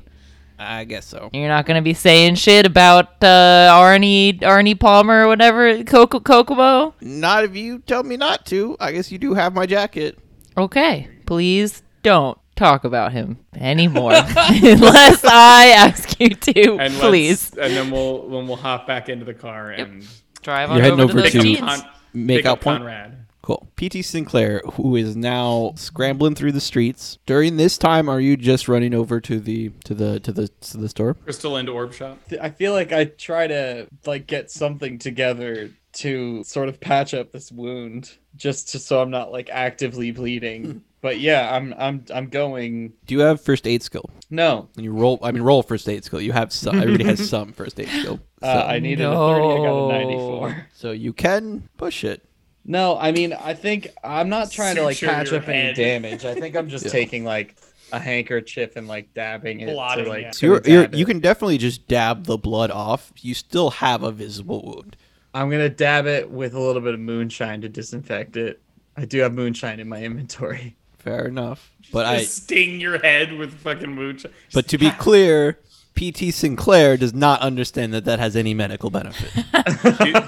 I guess so.
You're not gonna be saying shit about uh, Arnie Arnie Palmer or whatever Coco Kokomo.
Not if you tell me not to. I guess you do have my jacket.
Okay, please don't talk about him anymore unless I ask you to.
And let's-
please
and then we'll then we'll hop back into the car and
drive
You're heading over
those
to-
teens.
Con-
Make
pick
out
up
point.
Conrad.
Cool. PT Sinclair, who is now scrambling through the streets. During this time, are you just running over to the to the to the to the store?
Crystal and Orb Shop.
I feel like I try to like get something together to sort of patch up this wound, just to, so I'm not like actively bleeding. But yeah, I'm I'm I'm going.
Do you have first aid skill?
No,
And you roll. I mean, roll first aid skill. You have some. Everybody has some first aid skill. So,
uh, I needed a thirty. I got a ninety-four.
so you can push it.
No, I mean I think I'm not trying to like
Suture
patch
your
up any
head.
damage. I think I'm just
Yeah.
taking like a handkerchief and like dabbing it
Blotting,
to like.
yeah.
So you're, you're,
dab
you
it.
can definitely just dab the blood off. You still have a visible wound.
I'm gonna dab it with a little bit of moonshine to disinfect it. I do have moonshine in my inventory.
Fair enough. But I.
Just sting your head with fucking mooch.
But to be clear, PT Sinclair does not understand that that has any medical benefit.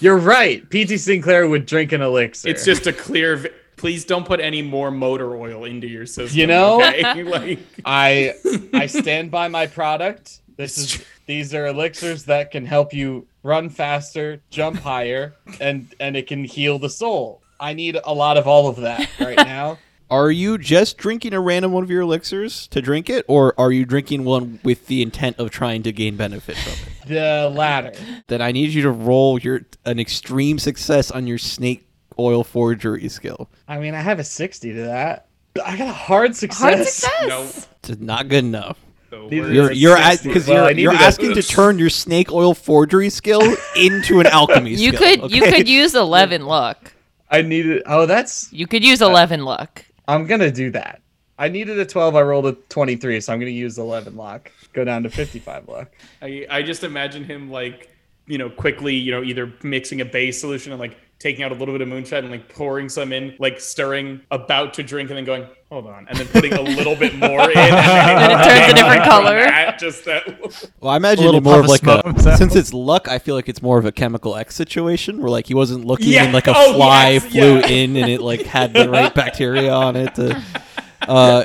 You're right. PT Sinclair would drink an elixir.
it's just a clear. v- Please don't put any more motor oil into your system.
You know?
okay? like
I I stand by my product. This is these are elixirs that can help you run faster, jump higher, and and it can heal the soul. I need a lot of all of that right now.
Are you just drinking a random one of your elixirs to drink it, or are you drinking one with the intent of trying to gain benefit from it?
The latter.
Then I need you to roll your an extreme success on your snake oil forgery skill.
I mean, I have a 60 to that. I got a hard success.
Hard success.
No.
It's not good enough.
So
These
we're-
are-
You're you're
It's a
because
60. Well, I
you're, you're
needed a-
asking to turn your snake oil forgery skill into an alchemy
You
skill.
could you
okay?
could use eleven luck.
I needed. Oh, that's.
You could use eleven luck.
I'm gonna do that. I needed a 12. I rolled a 23, so I'm gonna use 11 luck. Go down to 55 luck.
I, I just imagine him like, you know, quickly, you know, either mixing a base solution and like taking out a little bit of moonshine and like pouring some in, like stirring, about to drink, and then going, hold on, and then putting a little bit more in. And
Then it turns a different color.
That, just that.
Well, I imagine
little
it more of
puff of
like
smoke, so-
a since it's luck. I feel like it's more of a chemical X situation where like he wasn't looking
Yeah.
and like a
Oh,
fly
yes.
flew
Yeah.
in and it like had the right bacteria on it. to- uh,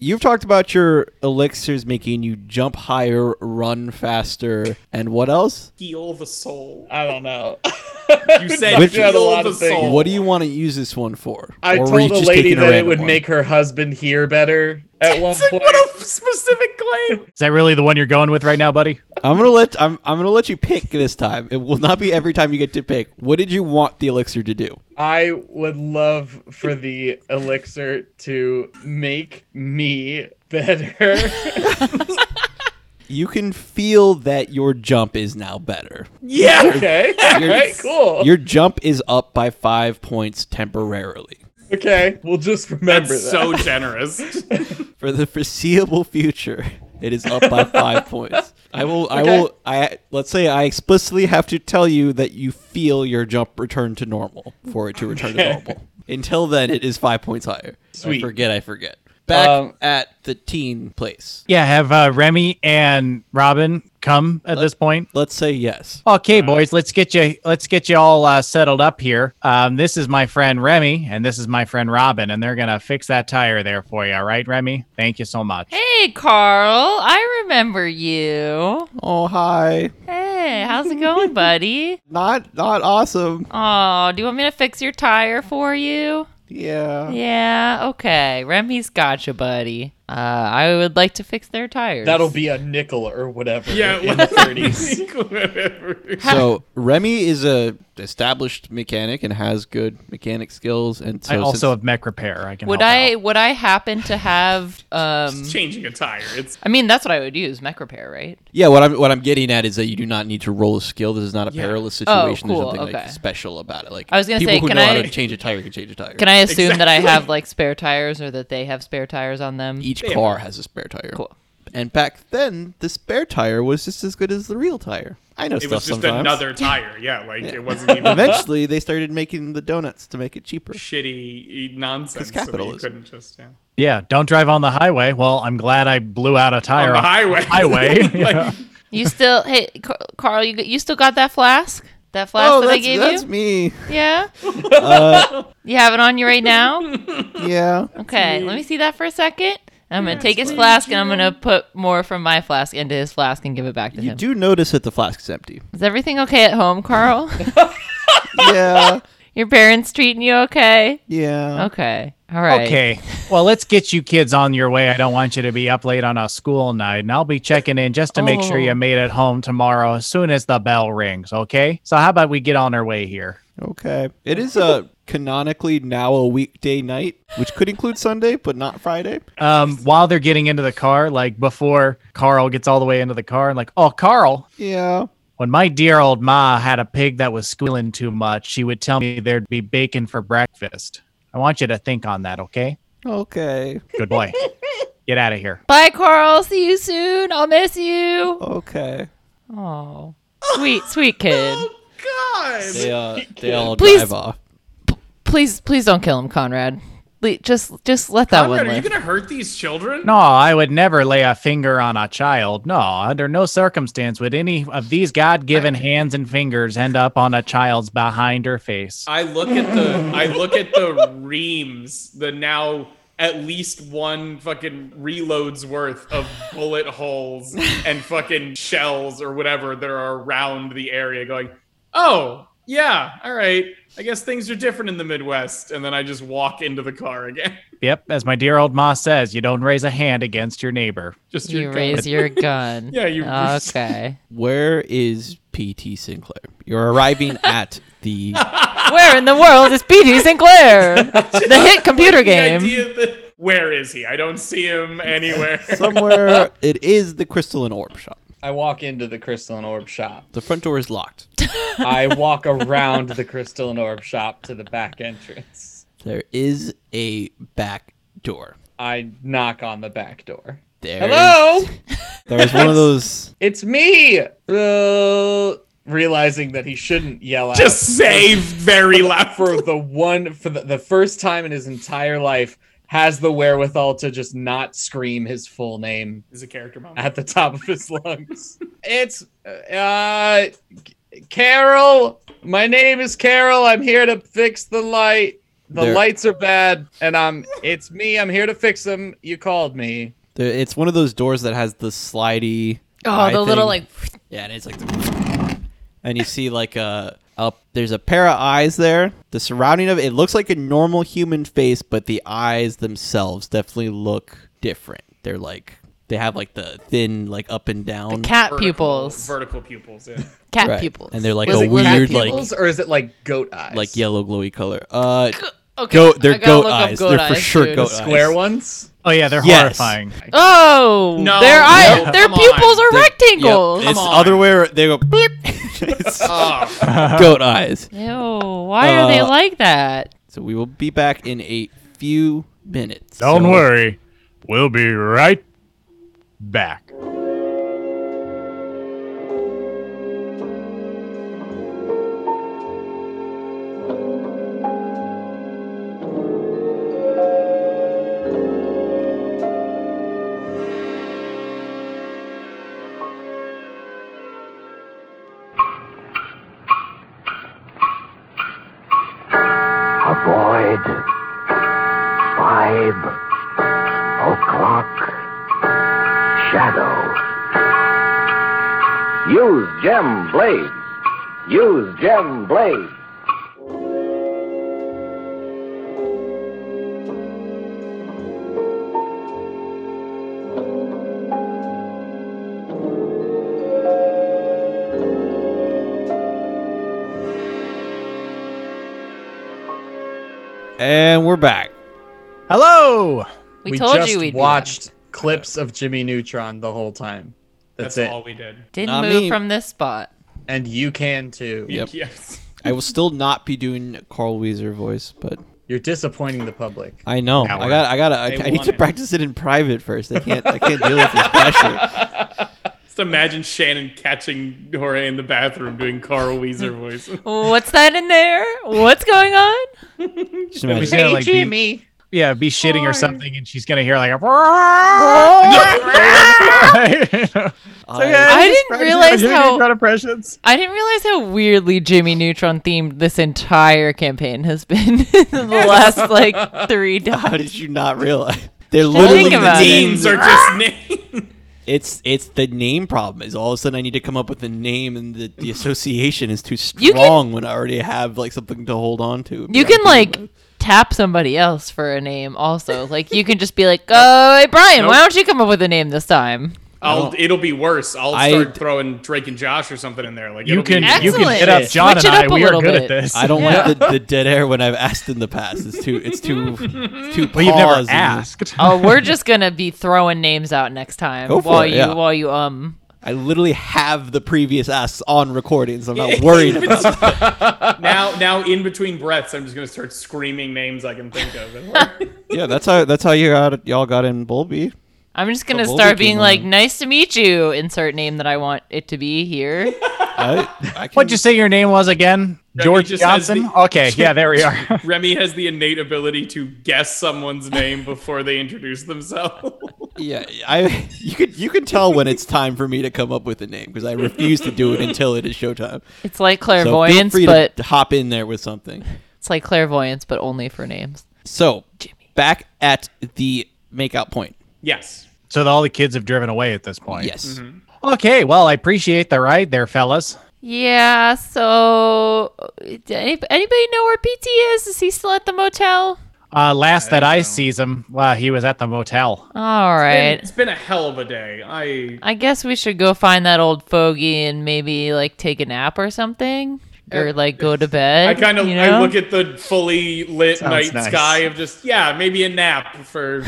you've talked about your elixirs making you jump higher, run faster, and what else?
Heal the soul.
I don't know.
You said
Which-
heal
Had
a lot
the
of things.
soul.
What do you want to use this one for?
I
Or were you
told a
just
lady
taking
that it
random
would
one?
make her husband hear better at one
It's like,
point.
what a specific claim.
Is that really the one you're going with right now, buddy?
I'm gonna let I'm I'm gonna let you pick this time. It will not be every time you get to pick. What did you want the elixir to do?
I would love for the elixir to make me better.
You can feel that your jump is now better.
Yeah.
okay. All right, cool.
Your jump is up by five points temporarily.
Okay. We'll just remember
That's
that.
so generous.
For the foreseeable future, it is up by five points. I will I will I let's say I explicitly have to tell you that you feel your jump return to normal for it to return to normal. Until then it is five points higher.
Sweet.
I forget, I forget. Back
Um,
at the teen place.
Yeah, have uh, Remy and Robin come at this point.
Let's say yes.
Okay, boys, let's get you let's get you all uh, settled up here. Um, this is my friend Remy, and this is my friend Robin, and they're gonna fix that tire there for you. All right, Remy, thank you so much.
Hey, Carl, I remember you.
Oh hi.
Hey, how's it going, buddy?
Not not awesome.
Oh, do you want me to fix your tire for you?
Yeah.
Yeah, okay. Remy's gotcha, buddy. Uh, I would like to fix their tires.
That'll be a nickel or whatever.
yeah.
in the 30s.
So Remy is a established mechanic and has good mechanic skills, and so
I also
since-
have mech repair. I can.
would
help
I
out.
would I happen to have um
Mm.
Changing a tire. It's
I mean that's what I would use, mech repair, right?
yeah. What I'm what I'm getting at is that you do not need to roll a skill. This is not a
Yeah.
perilous
Oh,
situation.
cool,
There's nothing
okay.
like special about it. Like
I was gonna
people
say,
who
can
know
I-
how to change a tire can change a tire.
Can I assume that I
Exactly.
have like spare tires or that they have spare tires on them?
Each
Yeah.
car has a spare tire.
Cool.
And back then, the spare tire was just as good as the real tire. I know
it
stuff
was just
sometimes.
another tire. Yeah. Like it wasn't even
Eventually, they started making the donuts to make it cheaper.
shitty eh,
It's
nonsense. So that you
capitalism.
couldn't just yeah.
Yeah, don't drive on the highway. Well, I'm glad I blew out a
on
tire
the highway.
highway. Yeah.
You still Hey, Car- Carl, you you still got that flask? That flask
oh,
that
that's,
I gave
that's
you?
me.
Yeah.
Uh,
you have it on you right now?
Yeah.
Okay, let me see that for a second. I'm gonna take his flask and I'm gonna put more from my flask into his flask and give it back to
You
him.
do notice that the flask's empty.
Is everything okay at home, Carl?
Yeah.
Your parents treating you okay?
Yeah.
Okay. All right.
Okay. Well, let's get you kids on your way. I don't want you to be up late on a school night. And I'll be checking in just to make sure
Oh.
you made it home tomorrow as soon as the bell rings, okay? So how about we get on our way here?
Okay. It is a canonically now a weekday night, which could include Sunday, but not Friday.
Um, while they're getting into the car, like before Carl gets all the way into the car and like, oh Carl,
Yeah.
when my dear old ma had a pig that was squealing too much, she would tell me there'd be bacon for breakfast. I want you to think on that, okay?
Okay.
Good boy. get out of here.
Bye, Carl. See you soon. I'll miss you.
Okay.
Oh, sweet, sweet kid.
They, uh, they all
Please-
drive off.
Please, please don't kill him, Conrad. Le- just, just let that
Conrad,
one
are you
live.
gonna hurt these children?
No, I would never lay a finger on a child. No, under no circumstance would any of these God given hands and fingers end up on a child's behind or face.
I look at the I look at the reams, the now at least one fucking reloads worth of bullet holes and fucking shells or whatever that are around the area going, "Oh, yeah, all right. I guess things are different in the Midwest. And then I just walk into the car again.
Yep, as my dear old ma says, you don't raise a hand against your neighbor.
Just
You
your
raise your gun.
Yeah, you-
Okay.
Where is PT Sinclair? You're arriving at the
Where in the world is BT Sinclair? The hit computer
the
game.
idea that- where is he? I don't see him anywhere.
somewhere. It is the crystalline orb shop.
I walk into the crystalline orb shop.
The front door is locked.
I walk around the crystalline orb shop to the back entrance.
There is a back door.
I knock on the back door.
There
Oh,
Hello,
There's one of those.
it's me. Uh, realizing that he shouldn't yell out
just say very loud.
for the one for the, the first time in his entire life has the wherewithal to just not scream his full name
Is a character moment.
at the top of his lungs. It's uh Carol. My name is Carol. I'm here to fix the light. The
There-
lights are bad and I'm it's me. I'm here to fix them. You called me.
There, it's one of those doors that has the slidey.
Oh,
eye
the little
thing.
like.
Yeah, and it's like. the- and you see like a up. There's a pair of eyes there. The surrounding of it looks like a normal human face, but the eyes themselves definitely look different. They're like they have like the thin like up and down
Cat
Vertical-
pupils.
Vertical pupils. Yeah.
cat
Right.
pupils.
and they're like
Was
a
it cat
weird like
pupils or is it like goat eyes?
like yellow glowy color. Uh,
okay,
goat. They're
I gotta
goat
look up
eyes. they're for sure
dude.
goat
square
eyes.
ones?
Oh yeah, they're
Yes.
horrifying.
Oh,
No,
their eye,
no,
their
come
pupils
on.
are
They're- yep,
rectangles.
it's
on.
other way. ar- They go. bleep. It's
Oh,
goat eyes.
Ew, why are they
Uh,
like that?
So we will be back in a few minutes.
Don't
So-
worry, we'll be right back.
Avoid five o'clock shadow. Use gem blade. Use gem blade.
And we're back.
Hello.
We, told
just
you we'd do that.
watched clips of Jimmy Neutron the whole time. That's,
that's
it.
all we did.
Didn't
Not
move
me.
from this spot.
And you can too.
Yep.
Yes.
I will still not be doing Carl Weezer voice, but
You're disappointing the public.
I know I
Coward.
got I got to I,
They
I need
want
to
it.
practice it in private first. I can't I can't deal with this pressure.
Just imagine Shannon catching Jorge in the bathroom doing Carl Weezer voice.
What's that in there? What's going on?
Just imagine-
She's gonna, like, be- yeah, be shitting or something, and she's gonna hear like a.
I-
I didn't realize how
impressions.
I didn't realize how weirdly Jimmy Neutron themed this entire campaign has been in the last like three
how
dots.
did you not realize? They're literally
think
the
about it.
names
Names are just names.
It's it's the name problem. Is all of a sudden I need to come up with a name, and the, the association is too strong
You can-
when I already have like something to hold on to.
You can like tap somebody else for a name also. Like you can just be like, Oh hey Brian, why don't you come up with a name this time?
I'll, it'll be worse. I'll
I-
start throwing Drake and Josh or something in there. Like
You
it'll
can
Be,
Excellent.
you can hit up John
Switch
and
it
I.
up a
We are
little
good at
bit.
this.
I don't like the, the dead air when I've asked in the past. It's too it's too it's too.
Well, you've never
pause and-
asked.
Oh, we're just gonna be throwing names out next time
Go for
while
it,
you
yeah.
while you um
I literally have the previous asks on recordings. I'm not worried about. it.
now, now in between breaths, I'm just gonna start screaming names I can think of. And like,
Yeah, that's how that's how you got y'all got in Bulby.
I'm just gonna
Bulby
start
came
being like,
on.
"Nice to meet you." Insert name that I want it to be here.
I, I can,
What'd you say your name was again? George
just has
Johnson.
the-
okay, yeah, there we are.
Remy has the innate ability to guess someone's name before they introduce themselves.
Yeah, I you could you can tell when it's time for me to come up with a name because I refuse to do it until it is showtime.
It's like
So feel
clairvoyance,
free to
but
hop in there with something.
it's like clairvoyance, but only for names.
So back at the makeout point.
yes.
so all the kids have driven away at this point.
Mm-hmm.
Yes.
Okay, well, I appreciate the ride there, fellas.
Yeah, so did any, anybody know where PT is? Is he still at the motel?
Uh, last that I sees him, wow, he was at the motel.
All right.
It's been a hell of a day. I
I guess we should go find that old fogey and maybe like take a nap or something, or like go to bed.
I kind of
you
I
know?
look at the fully lit night
nice.
sky of just yeah maybe a nap for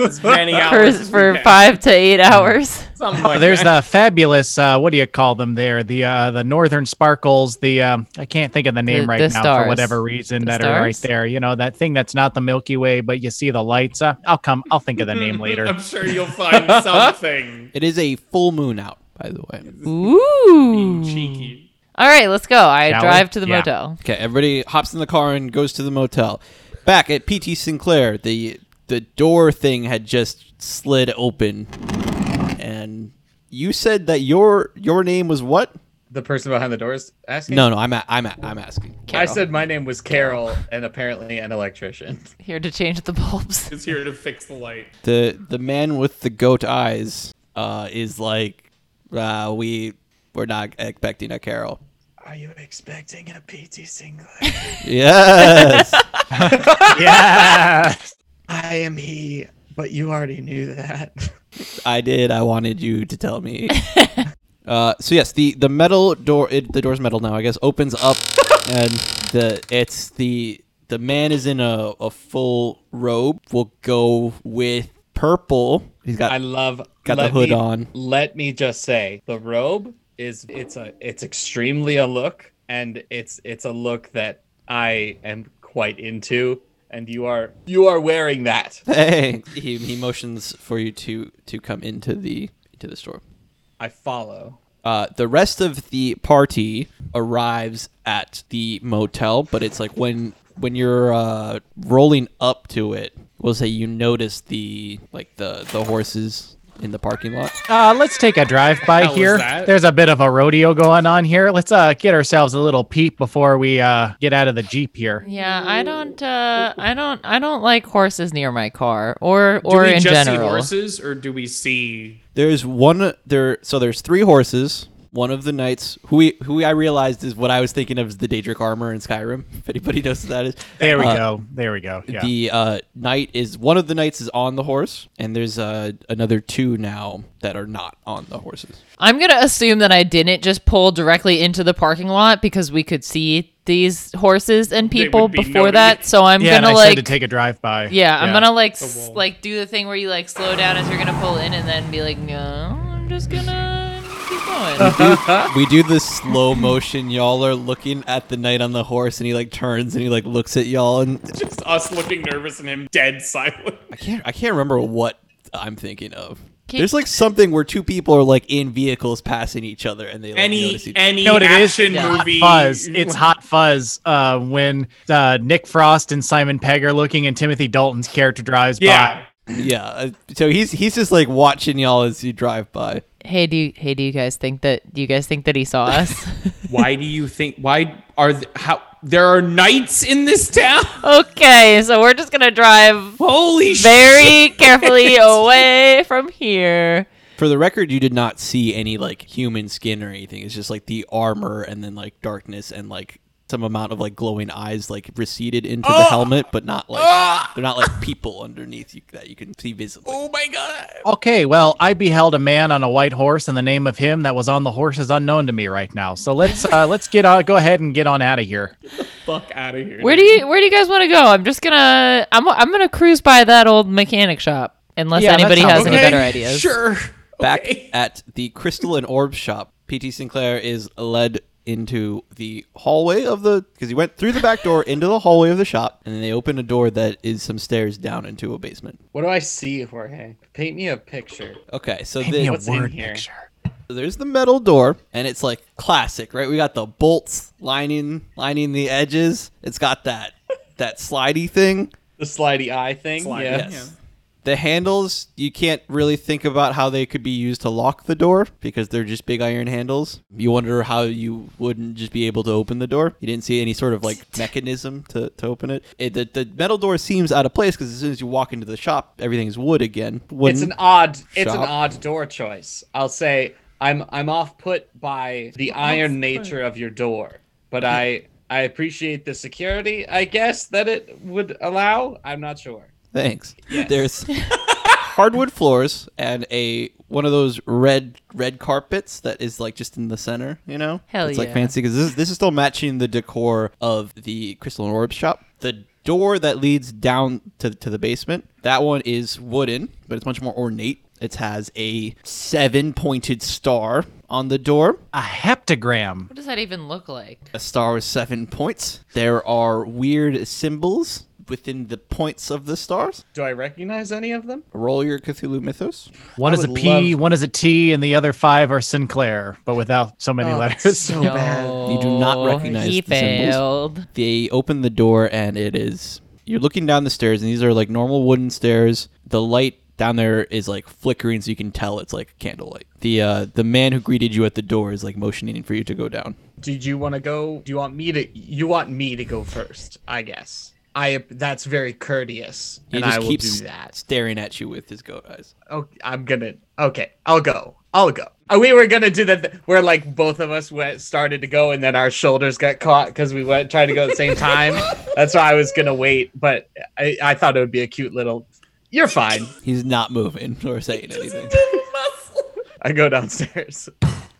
as many
for,
hours as we
for
can.
five to eight hours.
Something like
Oh, There's
that.
the fabulous. Uh, what do you call them there? The uh, the northern sparkles. The um, I can't think of the name
The-
right
the
now
stars.
for whatever reason that are right
stars?
there. You know that thing that's not the Milky Way, but you see the lights. Uh, I'll come. I'll think of the name later.
I'm sure you'll find something
It is a full moon out, by the way.
Ooh.
cheeky.
All right, let's go. I
Shall we?
drive to the
Yeah.
motel.
Okay, everybody hops in the car and goes to the motel. Back at PT Sinclair, the the door thing had just slid open, and you said that your your name was what?
The person behind the door is asking.
No, no, I'm a, I'm a, I'm asking.
I said my name was Carol, and apparently an electrician.
Here to change the bulbs.
is here to fix the light.
the the man with the goat eyes uh, is like uh, we we're not expecting a Carol.
Are you expecting a PT single?
Yes.
yeah.
I am he, but you already knew that.
I did. I wanted you to tell me. uh, so yes, the the metal door. It, the door's metal now, I guess. Opens up, and the it's the the man is in a, a full robe. We'll go with purple. He's got
I love
Got the
let
hood
me-
on.
Let me just say, the robe is it's a it's extremely a look, and it's it's a look that I am quite into. And you are you are wearing that.
hey. He, he motions for you to to come into the into the store.
I follow.
Uh, the rest of the party arrives at the motel, but it's like when when you're uh, rolling up to it, we'll say you notice the like the the horses in the parking lot.
Uh, let's take a drive by
Hell is
here.
that?
There's a bit of a rodeo going on here. Let's uh, get ourselves a little peep before we uh, get out of the jeep here.
Yeah, I don't. Uh, I don't. I don't like horses near my car, or or
do we
in
just see
general.
horses or do we see
There's one there, so there's three horses. One of the knights, who we, who I realized is what I was thinking of is the Daedric armor in Skyrim. If anybody knows what that is,
There we
Uh,
go. There we go. Yeah.
The uh, knight is one of the knights is on the horse, and there's uh, another two now that are not on the horses.
I'm gonna assume that I didn't just pull directly into the parking lot because we could see these horses and people
would be
before
noted.
that. So I'm
yeah, and
gonna
I
like
said to take a drive by.
Yeah, I'm gonna like s- like do the thing where you like slow down as you're gonna pull in, and then be like, no, I'm just gonna keep going.
we do this slow motion. Y'all are looking at the knight on the horse, and he like turns and he like looks at y'all, and
just us looking nervous and him dead silent?
I can't I can't remember what I'm thinking of.
Can-
There's like something where two people are like in vehicles passing each other, and they like,
Any
notice each-
any
You know what it is?
action
Hot
movie?
Fuzz. It's Hot Fuzz uh, when uh, Nick Frost and Simon Pegg are looking and Timothy Dalton's character drives
yeah.
yeah. uh, So he's he's just like watching y'all as you drive by.
hey, do you, hey, do you guys think that do you guys think that he saw us?
why do you think? Why are th- how there are knights in this town?
okay, so we're just gonna drive
Holy
very carefully away from here.
For the record, you did not see any like human skin or anything. It's just like the armor and then like darkness and like some amount of like glowing eyes like receded into
Ah!
the helmet, but not like they're not like people underneath you that you can see visibly.
Oh my god!
by. Okay, well, I beheld a man on a white horse, and the name of him that was on the horse is unknown to me right now. So let's uh, let's get on. Go ahead and get on out of here.
Fuck out of here!
Where do you where do you guys want to go? I'm just gonna I'm I'm gonna cruise by that old mechanic shop unless
Yeah, that
anybody
sounds
has any
okay.
better ideas.
Sure.
Back
Okay.
at the Crystal and Orb shop, PT Sinclair is led into the hallway of the because he went through the back door into the hallway of the shop, and then they open a door that is some stairs down into a basement.
What do I see, Jorge? Paint me a picture.
Okay, so
Give me
the,
a
in
word
here?
picture.
there's the metal door, and it's like classic, right? We got the bolts lining lining the edges. It's got that that slidey thing.
The slidey eye thing. yeah.
Yes. The handles, you can't really think about how they could be used to lock the door because they're just big iron handles. You wonder how you wouldn't just be able to open the door. You didn't see any sort of like mechanism to, to open it. it the, the metal door seems out of place because as soon as you walk into the shop, everything's wood again. Wooden.
It's an odd. It's an
Shop.
odd door choice. I'll say I'm I'm off put by the iron nature of your door, but I I appreciate the security. I guess that it would allow. I'm not sure.
Thanks. There's hardwood floors and a one of those red red carpets that is like just in the center. You know,
Hell
it's like
yeah.
fancy because this, is- this is still matching the decor of the Crystal and Orb shop. The door that leads down to to the basement that one is wooden, but it's much more ornate. It has a seven pointed star on the door.
A heptagram.
What does that even look like?
A star with seven points. There are weird symbols within the points of the stars.
Do I recognize any of them?
Roll your Cthulhu Mythos.
One is a
would
P, one is a T, and the other five are Sinclair, but without so
Oh,
many letters.
no, bad.
You do not recognize
he
the symbols.
failed.
They open the door and it is you're looking down the stairs and these are like normal wooden stairs. The light down there is like flickering so you can tell it's like candlelight. The uh the man who greeted you at the door is like motioning for you to go down.
Did you want to go? Do you want me to? You want me to go first? I guess. I that's very courteous,
He
and
just
I will
keeps
do that.
staring at you with his goat eyes.
Oh, I'm gonna. Okay, I'll go. I'll go. Uh, We were gonna do that. Th- where like both of us went started to go, and then our shoulders got caught because we went tried to go at the same time. That's why I was gonna wait, but I, I thought it would be a cute little. You're fine.
He's not moving or saying anything.
I go downstairs.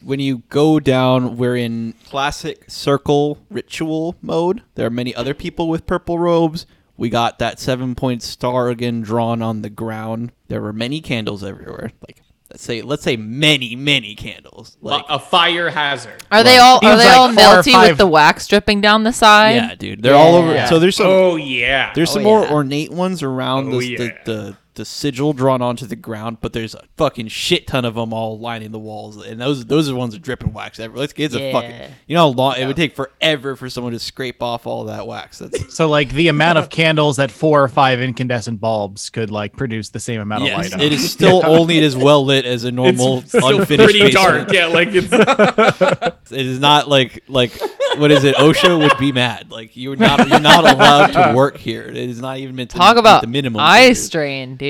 When you go down, we're in classic circle ritual mode. There are many other people with purple robes. We got that seven point star again drawn on the ground. There were many candles everywhere. Like let's say let's say many, many candles. Like
a fire hazard.
Are they all are
Seems
they
like
all
four or
melty
five-
with the wax dripping down the side?
Yeah, dude. They're all over so there's some
Oh yeah.
there's some more ornate ones around
Oh,
the,
yeah.
the, the the sigil drawn onto the ground, but there's a fucking shit ton of them all lining the walls, and those those are the ones that drip and wax. everywhere. It's, it's a
Yeah.
fucking you know how long it would take forever for someone to scrape off all that wax. That's
so like the amount of candles that four or five incandescent bulbs could like produce the same amount
yes,
of light.
it is still only as well lit as a normal unfinished.
pretty
basement.
dark. Yeah, like it's
It is not like like what is it? OSHA would be mad. Like you're not you're not allowed to work here. It is not even meant to
Talk
meet
about
the minimum.
eye
standard.
strain, dude.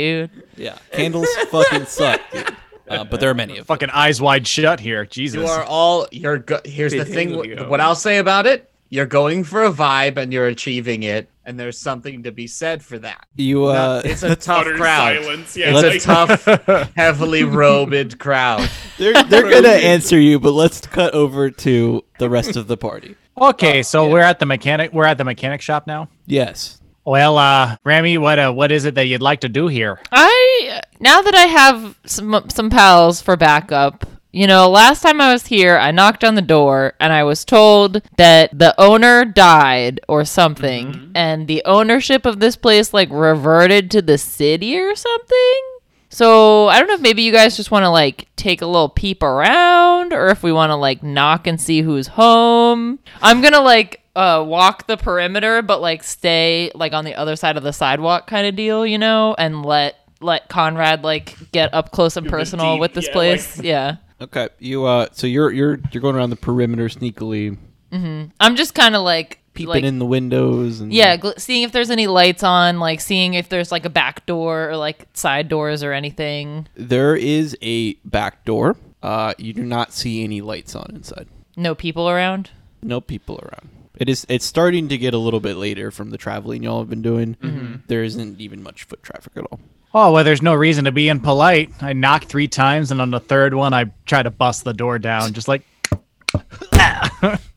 Yeah, candles fucking suck. Dude. Uh, but there are many of them.
Fucking eyes wide shut here.
You
Jesus.
are all. You're go- here's the thing.
Video.
What I'll say about it. You're going for a vibe and you're achieving it, and there's something to be said for that.
You uh,
it's a tough
utter
crowd.
silence. Yeah,
Let's-
It's a tough, heavily robed crowd.
They're, they're gonna answer you, but let's cut over to the rest of the party.
okay, so we're at the mechanic we're at the mechanic shop now.
Yes.
Well, uh, Rami, what uh, what is it that you'd like to do here?
I now that I have some some pals for backup. You know, last time I was here, I knocked on the door and I was told that the owner died or something and the ownership of this place like reverted to the city or something. So, I don't know if maybe you guys just want to like take a little peep around or if we want to like knock and see who's home. I'm going to like uh, walk the perimeter, but like stay like on the other side of the sidewalk kind of deal, you know, and let let Conrad like get up close and personal
deep-
with this
yeah,
place. yeah,
Okay. You uh, so you're you're you're going around the perimeter sneakily,
I'm just kind of like
peeping
like,
in the windows and
Yeah, gl- seeing if there's any lights on, like seeing if there's like a back door or like side doors or anything.
There is a back door. Uh, you do not see any lights on inside.
No people around.
No people around. It is. It's starting to get a little bit later from the traveling y'all have been doing.
Mm-hmm.
There isn't even much foot traffic at all.
Oh, well, there's no reason to be impolite. I knocked three times, and on the third one, I try to bust the door down, just like,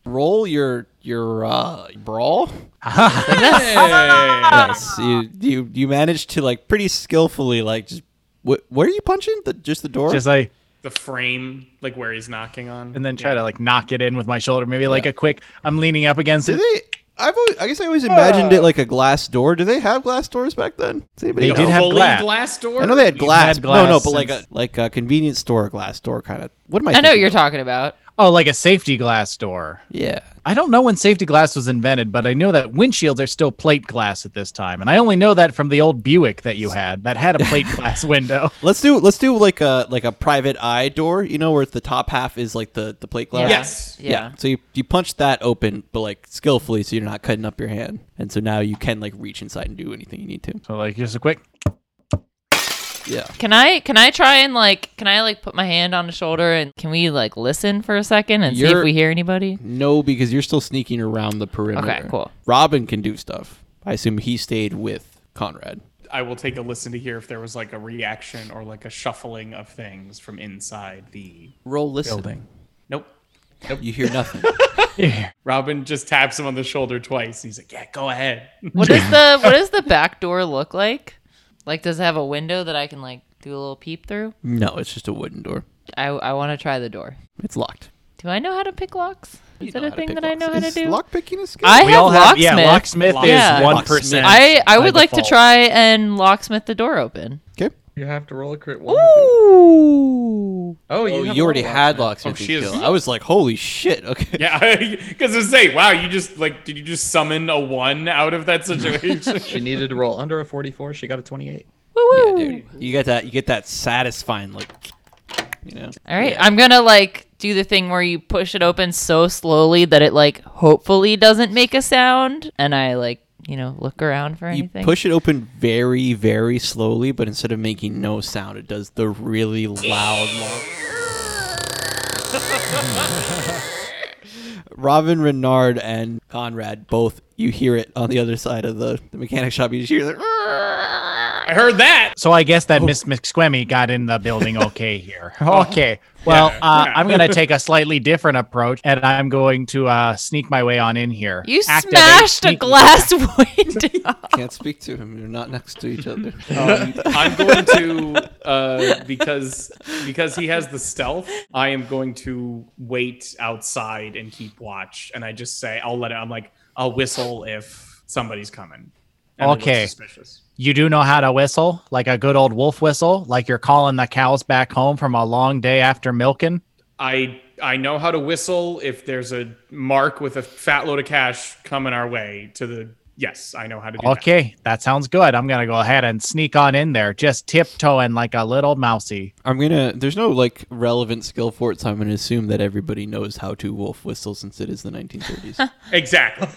Roll your your uh, brawl. yes, you you you managed to like pretty skillfully like just what where are you punching the just the door?
just like,
the frame, like where he's knocking on.
and then try to like knock it in with my shoulder. Maybe like a quick, I'm leaning up against
Do
it.
they? I've always, I guess I always imagined it like a glass door. Do they have glass doors back then? Does anybody
They
know?
did have
fully
glass.
door.
I know they had glass.
had
no, no,
glass
but like a
since-
like a convenience store glass door kind of. What am I?
I know
thinking
what you're
of?
talking about.
Oh, like a safety glass door.
Yeah.
I don't know when safety glass was invented, but I know that windshields are still plate glass at this time, and I only know that from the old Buick that you had that had a plate glass window.
Let's do let's do like a like a private eye door. You know where the top half is like the the plate glass.
Yes.
Yeah.
So you, you punch that open, but like skillfully, so you're not cutting up your hand, and so now you can like reach inside and do anything you need to.
So like just a quick.
Yeah.
Can I can I try and like can I like put my hand on his shoulder and can we like listen for a second and see if
You're-
we hear anybody?
No, because you're still sneaking around the perimeter.
Okay, cool.
Robin can do stuff. I assume he stayed with Conrad.
I will take a listen to hear if there was like a reaction or like a shuffling of things from inside the.
Roll listen.
Building. Nope.
You hear nothing.
Robin just taps him on the shoulder twice. He's like, "Yeah, go ahead."
What does the what does the back door look like? Like does it have a window that I can like do a little peep through?
no, it's just a wooden door.
I I want to try the door.
It's locked.
Do I know how to pick locks? Is
You
that
know
a
how to
thing
pick
that I
locks.
know how to
Is
do?
Lockpicking a skill.
I
we
have
all have
locksmith.
yeah. Locksmith
Yeah.
is one
Locksmith.
percent.
I I would like to try and locksmith the door open.
okay.
You have to roll a crit one.
Ooh.
Oh,
Oh,
you,
you already had locksmith
Oh, she is-
skill. I was like, holy shit. Okay.
Yeah, because I say, "Wow, you just like did you just summon a one out of that situation?"
She needed to roll under a 44. She got a 28.
Woo woo.
dude. You get that. You get that satisfying like. You know.
All right, I'm gonna like do the thing where you push it open so slowly that it like hopefully doesn't make a sound, and I like you know look around for
You
anything.
push it open very, very slowly, but instead of making no sound, it does the really loud. lo- Robin Renard and Conrad both you hear it on the other side of the, the mechanic shop. You just hear the,
I heard that.
So I guess that Miss McSquemmy got in the building okay here. Okay. Well, uh, I'm going to take a slightly different approach and I'm going to uh, sneak my way on in here.
You
Activate
smashed a
sneak-
glass window.
can't speak to him. You're not next to each other.
Um, I'm going to uh, because because he has the stealth. I am going to wait outside and keep watch. And I just say, "I'll let it." I'm like, "I'll whistle if somebody's coming." And it looks
Okay.
Suspicious.
You do know how to whistle, like a good old wolf whistle, like you're calling the cows back home from a long day after milking.
I I know how to whistle if there's a mark with a fat load of cash coming our way to the yes, I know how to do that.
Okay, that sounds good. I'm going to go ahead and sneak on in there, just tiptoeing like a little mousy.
I'm gonna. There's no like relevant skill for it, so I'm gonna assume that everybody knows how to wolf whistle since it is the 1930s.
Exactly.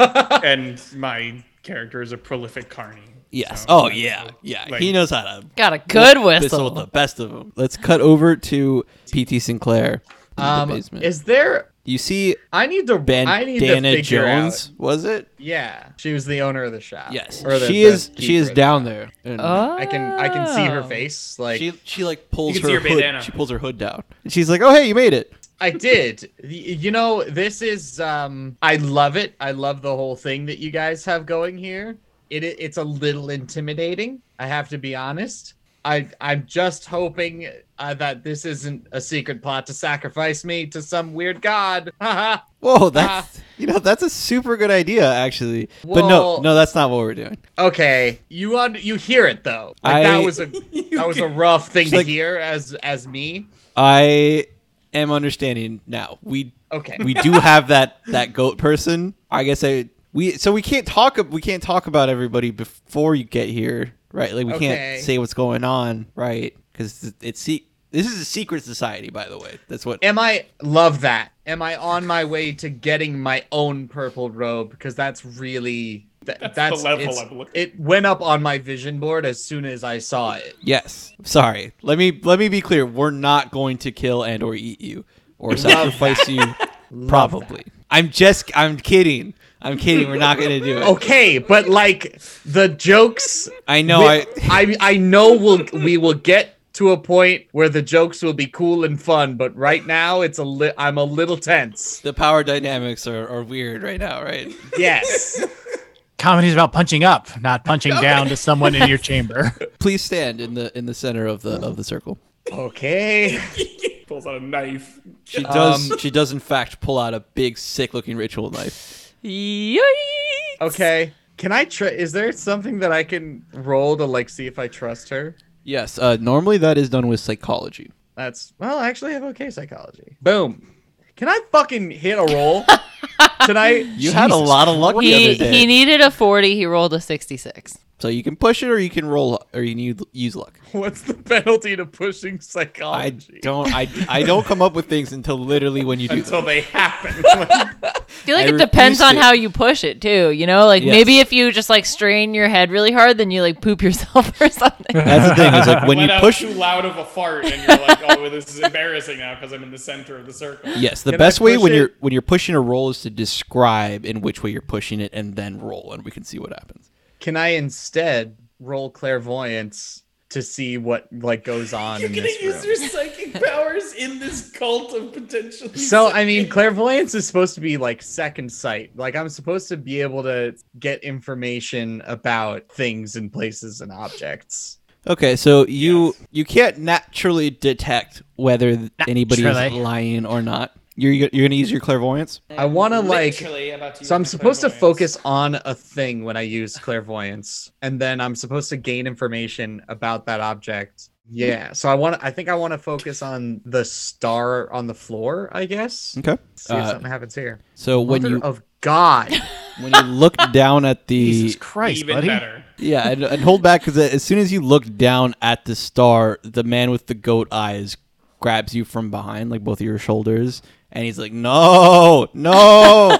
and my character is a prolific carny.
yes.
So-
Oh yeah, yeah.
Like-
he knows how to
Got a good
whistle
whistle.
with the best of them. Let's cut over to PT Sinclair. in
Um,
the basement.
is there?
you see
I need to.
Ben
I need to
Dana
figure out-
Jones? Was it?
Yeah, she was the owner of the shop.
Yes.
Or the-
she
the
is. She is
keeper.
down there. And
oh.
I can I can see her face. Like
She she like pulls
You can see
her
her
hood.
bandana.
She pulls her hood down. And she's like, "Oh hey, you made it."
I did. Y- You know, this is um I love it. I love the whole thing that you guys have going here. It i- it's a little intimidating, I have to be honest. I I'm just hoping uh, that this isn't a secret plot to sacrifice me to some weird god. Haha.
Whoa, that's you know that's a super good idea actually. but no,
Well-
no, that's not what we're doing.
okay, you un- you hear it though. Like
I-
that was a that was a rough thing to
like-
hear as as me.
I am understanding now. We
Okay.
we do have that that goat person. I guess I we so we can't talk we can't talk about everybody before you get here, right? Like we
Okay.
can't say what's going on, right? Because it's se- this is a secret society, by the way. That's what.
Am I love that? Am I on my way to getting my own purple robe? Because that's really th- that's,
level
it's-
I'm looking-
It went up on my vision board as soon as I saw it.
Yes. Sorry. Let me let me be clear. We're not going to kill and or eat you or sacrifice you. Probably. I'm just. I'm kidding. I'm kidding. We're not going to do it.
Okay, but like the jokes,
I know. I.
I I know we'll we will get to a point where the jokes will be cool and fun, but right now it's a li- I'm a little tense.
The power dynamics are, are weird right now, right?
Yes.
Comedy's about punching up, not punching down to someone in your chamber.
Please stand in the in the center of the of the circle.
Okay.
He pulls out a knife.
She does. Um, she does, in fact, pull out a big, sick-looking ritual knife.
Yoink.
Okay. Can I try? Is there something that I can roll to like see if I trust her?
Yes. Uh, normally, that is done with psychology.
That's well, I actually have okay psychology. Boom. Can I fucking hit a roll tonight?
You had a lot of luck the
He
other day,
he needed a 40. He rolled a 66.
so you can push it, or you can roll, or you need use luck.
What's the penalty to pushing
I
psychology?
don't. I I don't come up with things until literally when you do.
until
them.
they happen.
feel like
I
it depends
refused
on
it.
how you push it too. You know, like
Yes.
maybe if you just like strain your head really hard, then you like poop yourself or something.
That's the thing is like when you
Let out
push.
too loud of a fart, and you're like, "Oh, this is embarrassing now because I'm in the center of the circle."
Yes, the
Can I
best way when
push it?
you're when you're pushing a roll is to describe in which way you're pushing it and then roll, and we can see what happens.
Can I instead roll clairvoyance to see what like goes on
You're
in
gonna
this
use
room?
your psychic powers in this cult of potential.
So I mean, clairvoyance is supposed to be like second sight. Like I'm supposed to be able to get information about things and places and objects.
Okay, so you you can't naturally detect whether th- anybody is
Naturally. Mm.
lying or not. You're you're gonna use your clairvoyance.
I want to like.
Literally about to
So I'm
use
supposed to
clairvoyance.
focus on a thing when I use clairvoyance, and then I'm supposed to gain information about that object. Yeah. So I want. I think I want to focus on the star on the floor. I guess.
Okay.
See if
Uh,
something happens here.
So when
Mother
you
of God.
when you look down at the
Jesus Christ,
E, even
buddy.
better.
yeah and, and hold back because as soon as you look down at the star, the man with the goat eyes grabs you from behind, like both of your shoulders, and he's like, "No, no."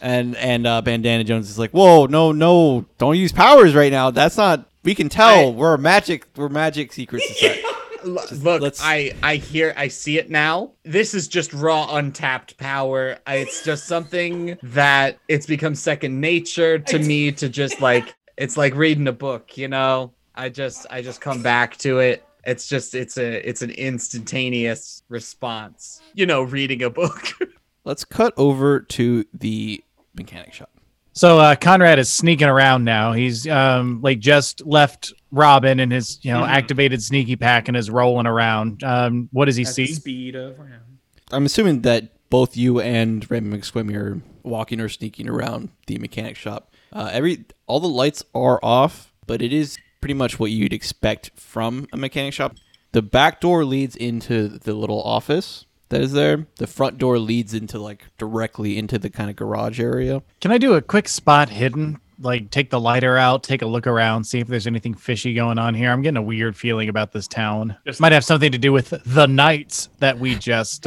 and and uh, Bandana Jones is like, "Whoa, no, no, don't use powers right now. That's not. We can tell. we're a magic. We're magic secret society."
L- Look,
let's-
I I hear I see it now. This is just raw untapped power. I, it's just something that it's become second nature to me to just like it's like reading a book, you know. I just I just come back to it. It's just it's a it's an instantaneous response. You know, reading a book.
Let's cut over to the mechanic shop.
So uh, Conrad is sneaking around now. He's um, like just left Robin in his you know
Hmm.
activated sneaky pack and is rolling around. Um, what does he
At the
see?
speed of round.
I'm assuming that both you and Remy McSwim are walking or sneaking around the mechanic shop. Uh, every all the lights are off, but it is pretty much what you'd expect from a mechanic shop. The back door leads into the little office that is there. The front door leads into like directly into the kind of garage area.
Can I do a quick spot hidden? Like take the lighter out, take a look around, see if there's anything fishy going on here. I'm getting a weird feeling about this town.
Just-
Might have something to do with the knights that we just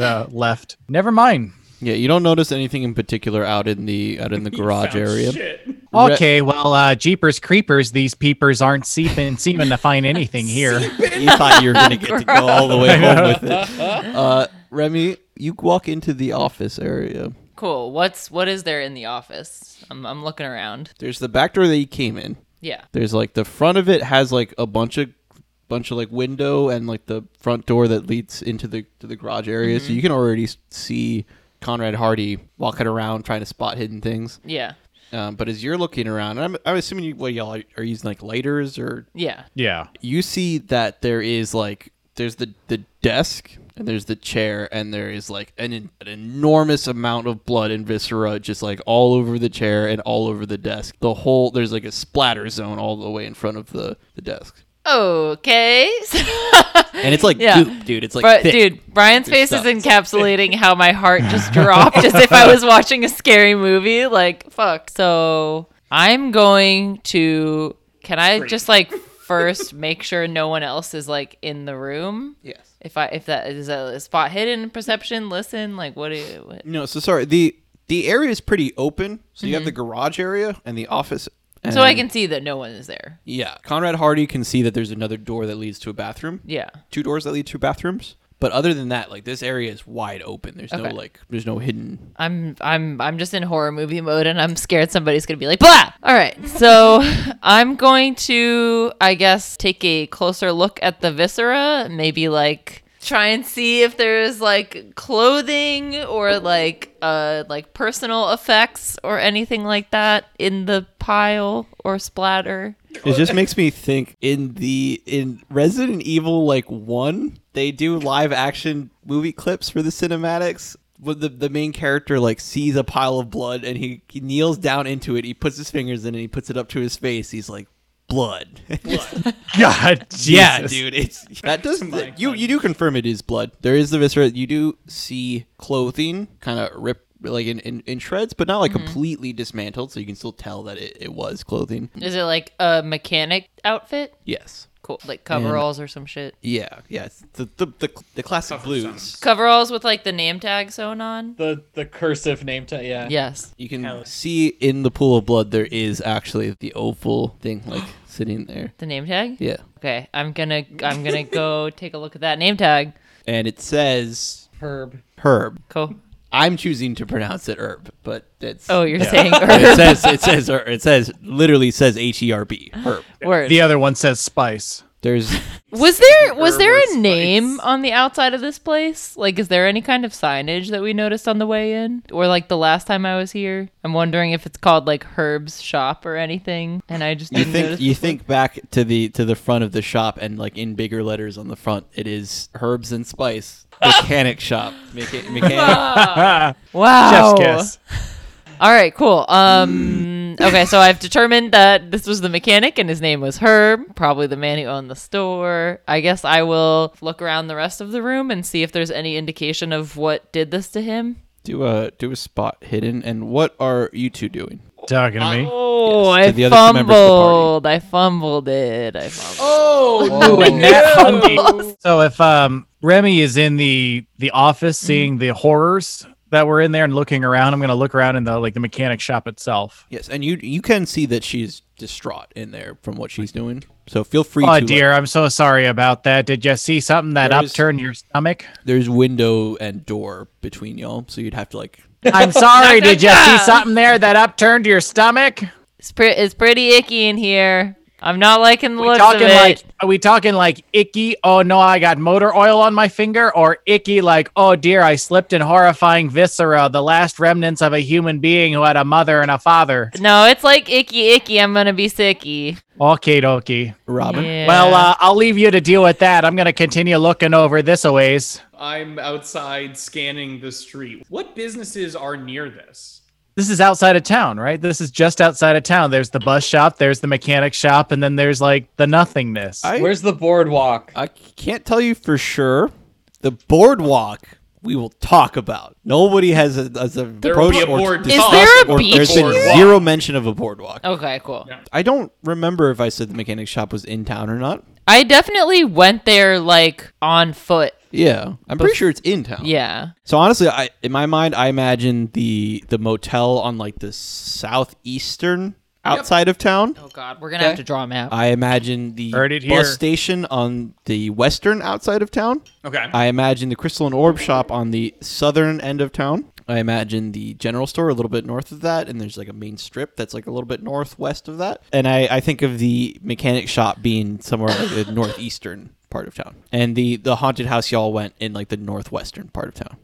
uh, left. Never mind.
Yeah, you don't notice anything in particular out in the out in the garage
Found
area.
Shit.
Re-
Okay, well, uh, jeepers creepers, these peepers aren't seeping, seeming to find anything here.
you thought you were going to get to go all the way home with it. Uh, Remy, you walk into the office area.
cool. What's what is there in the office? I'm I'm looking around.
There's the back door that you came in.
Yeah.
There's like the front of it has like a bunch of bunch of like window and like the front door that leads into the to the garage area. So you can already s- see Conrad Hardy walking around trying to spot hidden things.
Yeah.
Um, but as you're looking around, and I'm, I'm assuming you, what y'all are, are using like lighters or
Yeah.
Yeah.
you see that there is like there's the the desk and there's the chair and there is like an, en- an enormous amount of blood and viscera just like all over the chair and all over the desk the whole there's like a splatter zone all the way in front of the the desk
Okay.
and it's like
Yeah.
goop dude it's like
But
thick.
dude, Brian's
Good
face
stuff.
is encapsulating how my heart just dropped as if I was watching a scary movie. Like, fuck. So I'm going to. Can I just like first make sure no one else is like in the room?
yes
If I if that is that a spot hidden perception, listen, like what do you, what?
no so sorry the the area is pretty open so you have the garage area and the office and
Mm-hmm. so I can see that no one is there.
yeah conrad hardy can see that there's another door that leads to a bathroom
Yeah.
two doors that lead to bathrooms. But other than that, like this area is wide open. There's
Okay.
no like, there's no hidden.
I'm I'm I'm just in horror movie mode and I'm scared somebody's gonna be like blah. All right, so I'm going to I guess take a closer look at the viscera, maybe like try and see if there's like clothing or like uh like personal effects or anything like that in the pile or splatter.
It just makes me think in the in Resident Evil like one, they do live action movie clips for the cinematics. When the, the main character like sees a pile of blood and he, he kneels down into it, he puts his fingers in it, he puts it up to his face. He's like, blood.
God,
Yeah,
Jesus.
dude, it's that does you you do confirm it is blood. There is the viscera. You do see clothing kind of ripped like in, in, in shreds, but not like completely dismantled, so you can still tell that it, it was clothing.
Is it like a mechanic outfit?
Yes.
cool, like coveralls or some shit.
Yeah, yeah. it's The the the, the classic blues.
Coveralls with like the name tag sewn on.
The the cursive name tag. Yeah.
Yes.
You can see in the pool of blood there is actually the oval thing like sitting there.
The name tag.
Yeah.
Okay, I'm gonna I'm gonna go take a look at that name tag.
And it says
Herb.
herb.
Cool.
I'm choosing to pronounce it herb, but it's
Oh, you're saying
it
herb
says it says herb. it says literally says H E R B herb.
word.
The other one says spice.
There's
Was there was there
Herbert's
a name on the outside of this place? Like, is there any kind of signage that we noticed on the way in, or like the last time I was here? I'm wondering if it's called like Herb's Shop or anything, and I just
you
didn't
think
notice.
you think back to the to the front of the shop and like in bigger letters on the front it is herbs and spice mechanic shop Mecha- mechanic
wow.
Chef's kiss.
All right, cool. Um, okay, so I've determined that this was the mechanic, and his name was Herb, probably the man who owned the store. I guess I will look around the rest of the room and see if there's any indication of what did this to him.
do a do a spot hidden and what are you two doing
Talking to me.
Oh,
Yes, to the
I
other two members of the party.
fumbled. I fumbled it. I fumbled.
Oh,
And that funky. So if um Remy is in the the office seeing the horrors that were in there and looking around, I'm gonna look around in the like the mechanic shop itself.
yes and you you can see that she's distraught in there from what she's doing so feel free
Oh
to
dear, I'm so sorry about that. Did you see something that
There is-
upturned your stomach?
uh, there's window and door between y'all so you'd have to like
I'm sorry, did you see something there that upturned your stomach?
It's, pre- it's pretty icky in here. I'm not liking the
We
looks
talking
of it.
like are we talking like icky? Oh no, I got motor oil on my finger, or icky like oh dear, I slipped in horrifying viscera, the last remnants of a human being who had a mother and a father.
no, it's like icky, icky. I'm gonna be sicky.
Okay, dokie.
robin
Yeah.
Well, uh, I'll leave you to deal with that. I'm gonna continue looking over this a ways.
I'm outside scanning the street. What businesses are near this?
This is outside of town, right? This is just outside of town. There's the bus shop, there's the mechanic shop, and then there's like the nothingness.
I-
Where's the boardwalk?
I can't tell you for sure. The boardwalk we will talk about. Nobody has a, has a
will
approach
be a
or
board
Is
talk
there a
or-
beach
there's been
here? Oh.
zero mention of a boardwalk.
okay, cool.
I don't remember if I said the mechanic shop was in town or not.
I definitely went there like on foot.
Yeah, I'm pretty sure it's in
Oh.
town.
Yeah.
So honestly, I in my mind, I imagine the the motel on like the southeastern outside of town.
Oh God, we're gonna have to draw a map.
I imagine the
Heard it
bus
here.
station on the western outside of town.
Okay.
I imagine the Crystal and Orb shop on the southern end of town. I imagine the general store a little bit north of that, and there's like a main strip that's like a little bit northwest of that. And I, I think of the mechanic shop being somewhere like the northeastern part of town, and the the haunted house y'all went in like the northwestern part of town.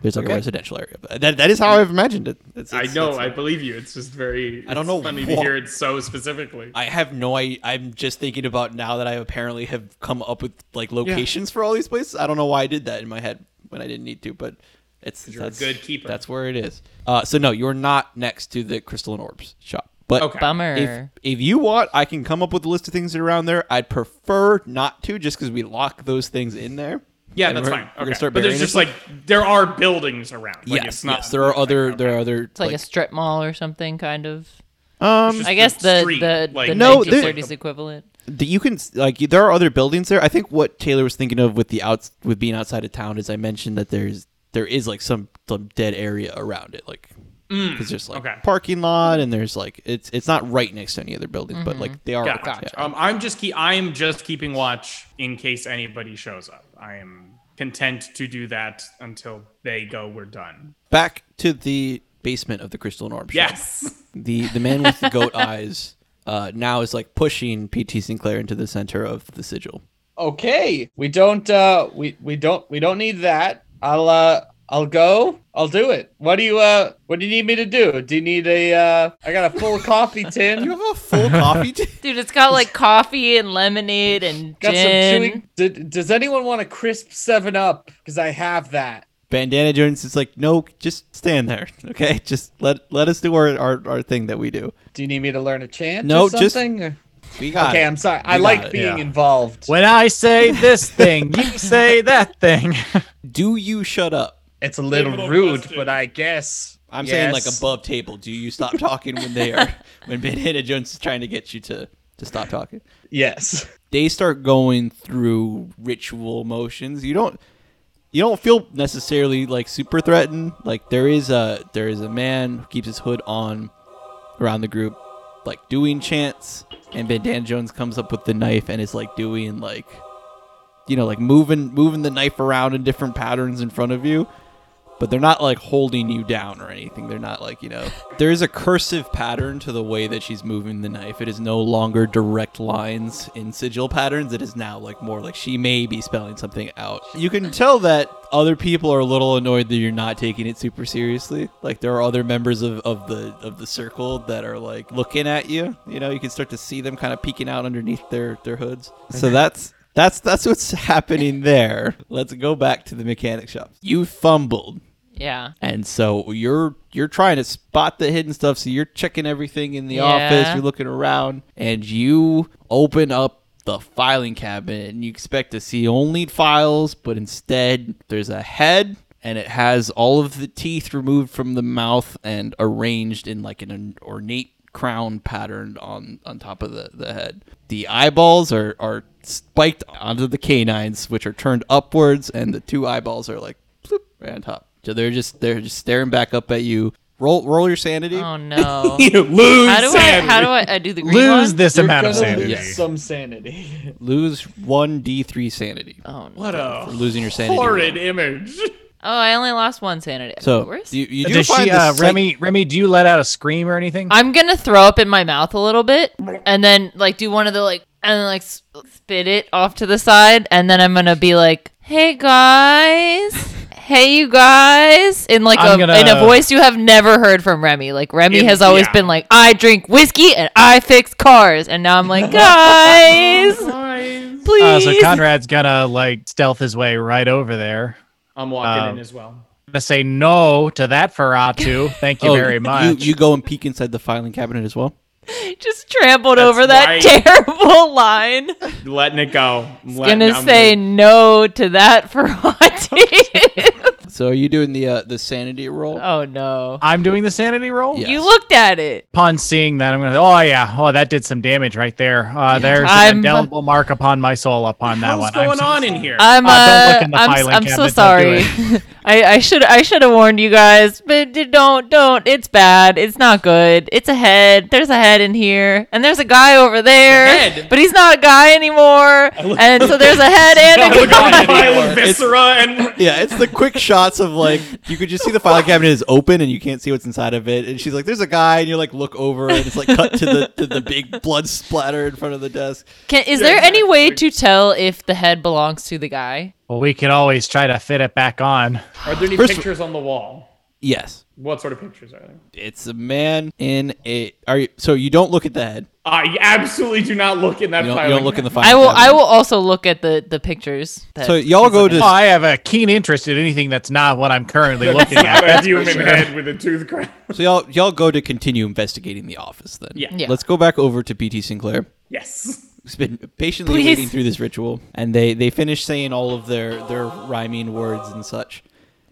There's like a residential area. But that, that is how I've imagined it. It's-
I
it's-
know.
it's-
I believe you. It's just very.
I don't
it's
know
Funny
wha-
to hear it so specifically.
I have no. I, I'm just thinking about now that I apparently have come up with like locations for all these places. I don't know why I did that in my head when I didn't need to, but it's
you're a
that's,
good keeper.
That's where it is. Uh, so no, you're not next to the Crystal and Orbs shop. But
Okay.
Bummer.
if if you want, I can come up with a list of things that are around there. I'd prefer not to, just because we lock those things in there.
Yeah,
And
that's
we're-
fine.
We're
Okay.
gonna start
but there's
burying
just
it.
like there are buildings around. Like,
yes,
it's not,
yes, there are other there are other
it's like, a strip mall or something, kind of.
um
Just
I guess the
street,
the,
like,
the
No, there-
1930s equivalent.
The- you can like there are other buildings there. I think what Taylor was thinking of with the outs with being outside of town is I mentioned that there's there is like some some dead area around it, like it's just like
Mm, okay.
parking lot and there's like it's it's not right next to any other buildings, but like they are.
Got it.
yeah.
Um, I'm just keep. I am just keeping watch in case anybody shows up. I am content to do that until they go. We're done.
Back to the basement of the Crystal Norm. Shop.
Yes.
the the man with the goat eyes uh, now is like pushing PT Sinclair into the center of the sigil.
Okay. We don't. Uh. We we don't. We don't need that. I'll. Uh. I'll go. I'll do it. What do you uh what do you need me to do? Do you need a uh I got a full coffee tin.
You have a full coffee. tin?
Dude, it's got like coffee and lemonade and
Got
gin.
some chewing. D- does anyone want a crisp Seven Up? Because I have that.
Bandana Jones is like, no, just stand there, okay? Just let let us do our our, our thing that we do.
Do you need me to learn a chant?
No,
or
just-
something? Or-
We got
okay.
it.
I'm sorry.
We
I
got
like
it.
being
Yeah.
involved.
When I say this thing, you say that thing.
Do you shut up?
It's a little
Little
rude,
question.
but I guess
I'm saying like
Yes.
above table. Do you stop talking when they are when Bandana Jones is trying to get you to to stop talking.
Yes.
They start going through ritual motions. You don't you don't feel necessarily like super threatened. Like there is a there is a man who keeps his hood on around the group, like doing chants, and Bandana Jones comes up with the knife and is like doing like you know, like moving moving the knife around in different patterns in front of you. But they're not like holding you down or anything. They're not like, you know. There is a cursive pattern to the way that she's moving the knife. It is no longer direct lines in sigil patterns. It is now like more like she may be spelling something out. You can tell that other people are a little annoyed that you're not taking it super seriously. Like there are other members of, of the of the circle that are like looking at you. You know, you can start to see them kind of peeking out underneath their, their hoods. So that's that's that's what's happening there. Let's go back to the mechanic shop. You fumbled,
Yeah.
and so you're you're trying to spot the hidden stuff. So you're checking everything in the
Yeah.
office. You're looking around, and you open up the filing cabinet, and you expect to see only files, but instead there's a head. And it has all of the teeth removed from the mouth and arranged in like an ornate crown patterned on on top of the, the head. The eyeballs are are spiked onto the canines, which are turned upwards, and the two eyeballs are like bloop, right on top. So they're just they're just staring back up at you. Roll roll your sanity.
Oh no.
You lose
how do I? How do I? I do the green
Lose
one?
this amount of
gonna
sanity.
Yeah.
Some sanity.
Lose one d three sanity.
Oh, no.
What a
for losing your sanity.
horrid image.
oh, I only lost one sanity.
So
Where's-
you, you do
Does
find
she,
the
uh,
psych-
Remy? Remy, do you let out a scream or anything?
I'm gonna throw up in my mouth a little bit, and then like do one of the like, and then like s- spit it off to the side, and then I'm gonna be like, "Hey guys, hey you guys," in like a
I'm gonna-
in a voice you have never heard from Remy. Like Remy
In-
has always
yeah.
been like, "I drink whiskey and I fix cars," and now I'm like, "Guys, please."
Uh, so Conrad's gonna like stealth his way right over there.
I'm walking
Um,
in as well.
gonna say no to that Ferratu. Thank you
Oh,
very much.
You, you go and peek inside the filing cabinet as well.
just trampled over that
right.
terrible line.
Letting it go. I'm letting-
gonna
I'm
say no to that for Hottie.
So are you doing the uh, the sanity roll?
oh no.
I'm doing the sanity roll.
Yeah.
You
Yes.
looked at it.
Upon seeing that, I'm gonna. Oh yeah. Oh, that did some damage right there. Uh, there's
I'm-
an indelible mark upon my soul upon that
What's
one. I'm
going
so-
on in here?
I'm
Ah,
uh,
don't look in the
I'm,
filing
I'm so
cabinet, don't do
sorry. I, I should I should have warned you guys, but d- don't don't. It's bad. It's not good. It's a head. There's a head in here, and there's a guy over there,
head?
but he's not a guy anymore. And so there's a head and a guy.
Pile of viscera and
Yeah, it's the quick shots of like you could just see the filing cabinet is open and you can't see what's inside of it. And she's like, "There's a guy," and you like look over and it's like cut to the to the big blood splatter in front of the desk.
Can, is there any way to tell if the head belongs to the guy?
Well, we can always try to fit it back on.
are there any
First-
pictures on the wall?
Yes,
What sort of pictures are there?
it's a man in a. Are you so you don't look at the head?
I absolutely do not look in that
You don't,
file.
you don't look in the filing.
I will I
cabinet.
will also look at the the pictures. that-
So y'all go
Oh,
to
I have a keen interest in anything that's not what I'm currently looking at.
a human head with a tooth crown.
so y'all y'all go to continue investigating the office then.
Yeah.
Yeah.
Let's go back over to BT Sinclair.
Yes.
who's been patiently
Please.
waiting through this ritual, and they they finish saying all of their their rhyming words and such.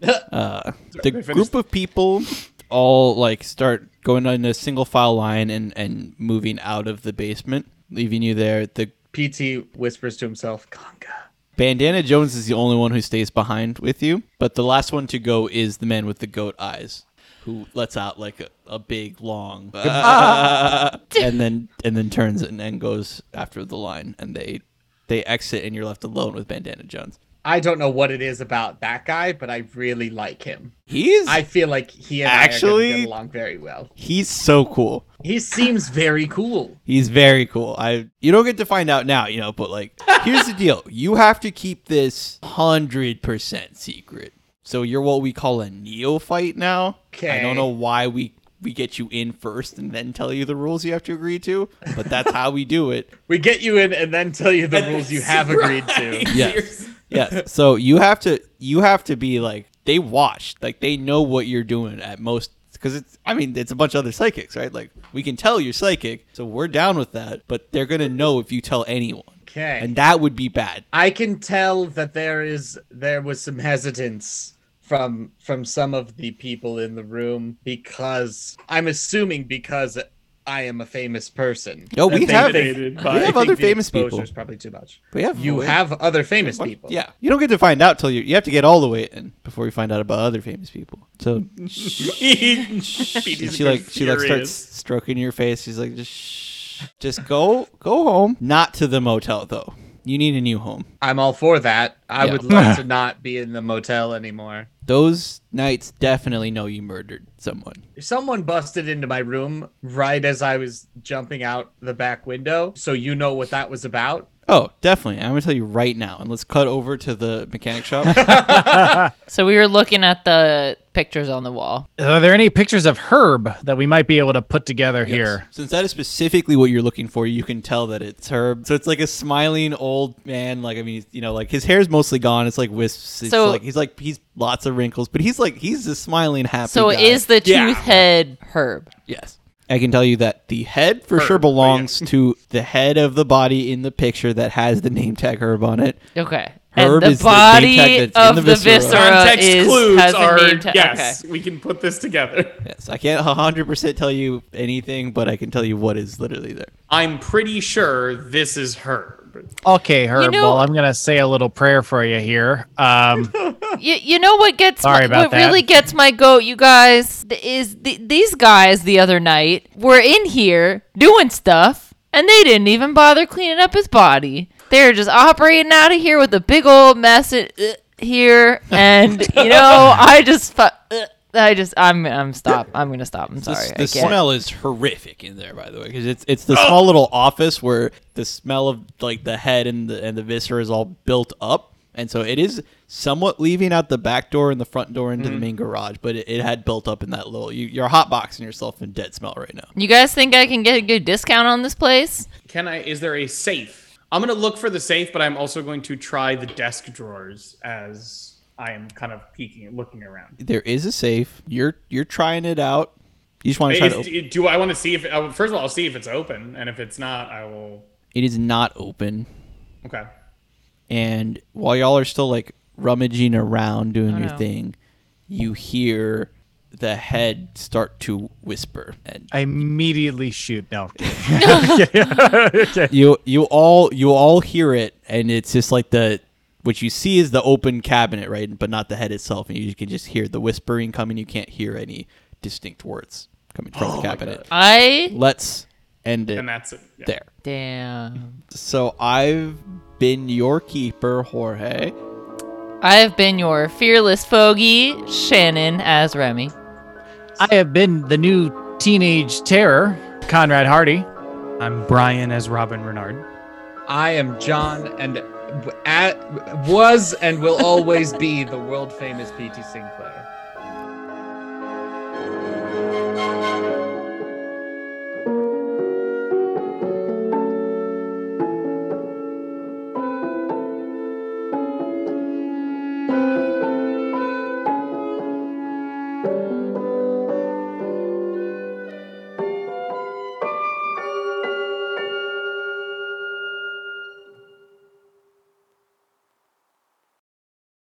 Uh, the group of people all like start going on a single file line and and moving out of the basement, leaving you there. The
PT whispers to himself, Conga.
Bandana Jones is the only one who stays behind with you, but the last one to go is the man with the goat eyes, who lets out like a, a big long, "Ah," and then and then turns and then goes after the line, and they they exit, and you're left alone with Bandana Jones.
I don't know what it is about that guy, but I really like him.
He's
I feel like he and I are
Actually-
gonna get along very well.
he's so cool.
He seems very cool.
He's very cool. I you don't get to find out now, you know, but like here's the deal. You have to keep this 100% secret. So you're what we call a neophyte now. I
Okay.
don't know why we we get you in first and then tell you the rules you have to agree to, but that's how we do it.
We get you in and then tell you the rules you have agreed to.
Yes. Yes. So you have to you have to be like they watched, like they know what you're doing at most because it's I mean it's a bunch of other psychics, right? Like we can tell you're psychic, so we're down with that, but they're gonna know if you tell anyone.
Okay.
And that would be bad.
I can tell that there is there was some hesitance from from some of the people in the room because I'm assuming because I am a famous person.
No, we
That
have-
they-
we have
I think
other
the
famous
exposure
people.
is probably too much.
We have
You have other famous people.
Yeah, you don't get to find out till you you have to get all the way in before you find out about other famous people. So she like she like starts stroking your face. She's like, just shh, just go go home. Not to the motel though. You need a new home.
I'm all for that. I
Yeah.
would love to not be in the motel anymore.
Those nights definitely know you murdered someone.
If someone busted into my room right as I was jumping out the back window, so you know what that was about.
Oh, definitely. I'm gonna tell you right now. And let's cut over to the mechanic shop.
So we were looking at the pictures on the wall.
Are there any pictures of Herb that we might be able to put together here?
Since that is specifically what you're looking for, you can tell that it's Herb. So it's like a smiling old man. Like I mean, you know, like his hair's mostly gone. It's like wisps. It's
So-
like he's like he's lots of wrinkles, but he's like he's a smiling happy.
So
guy.
it is the tooth head herb.
yes. I can tell you that the head for
Oh,
sure belongs to the head of the body in the picture that has the name tag Herb on it.
Okay.
Herb
and
is
the
the name
body
tag that's in
of
the
the
viscera.
viscera,
Context
is,
clues
has a
are
name tag.
yes.
Okay.
We can put this together.
Yes, I can't 100% tell you anything, but I can tell you what is literally there.
I'm pretty sure this is Herb.
Okay, Herb.
know-
well, I'm gonna say a little prayer for you here. Um,
You, you know what gets
Sorry
my,
about
what
that.
really gets my goat, you guys, th- is th- these guys the other night were in here doing stuff, and they didn't even bother cleaning up his body. They were just operating out of here with a big old mess in, uh, here, and you know, I just. Fu- uh, I just, I'm, I'm stop. I'm gonna stop. I'm sorry.
The,
I
the
can't.
smell is horrific in there, by the way, because it's it's the small little office where the smell of like the head and the and the viscera is all built up, and so it is somewhat leaving out the back door and the front door
Mm-hmm.
into the main garage, but it, it had built up in that little. You, you're hot boxing yourself in dead smell right now.
You guys think I can get a good discount on this place?
Can I? Is there a safe? I'm gonna look for the safe, but I'm also going to try the desk drawers as I am kind of peeking, looking around.
There is a safe. You're you're trying it out. You just want to try
Is-
to. Open.
do- do I want to see if? uh, First of all, I'll see if it's open, and if it's not, I will.
It is not open,
Okay.
and while y'all are still like rummaging around doing your
no.
thing, you hear the head start to whisper and
I immediately shoot. No,
you you all you all hear it and it's just like the what you see is the open cabinet right but not the head itself and you can just hear the whispering coming you can't hear any distinct words coming from the cabinet
I
let's end it
And that's it. Yeah.
there
damn.
so i've been your keeper jorge
I have been your fearless fogey, Shannon as Remy.
I have been the new teenage terror, Conrad Hardy.
I'm Brian as Robin Renard.
I am John, and at, was and will always be the world famous P.T. Sinclair.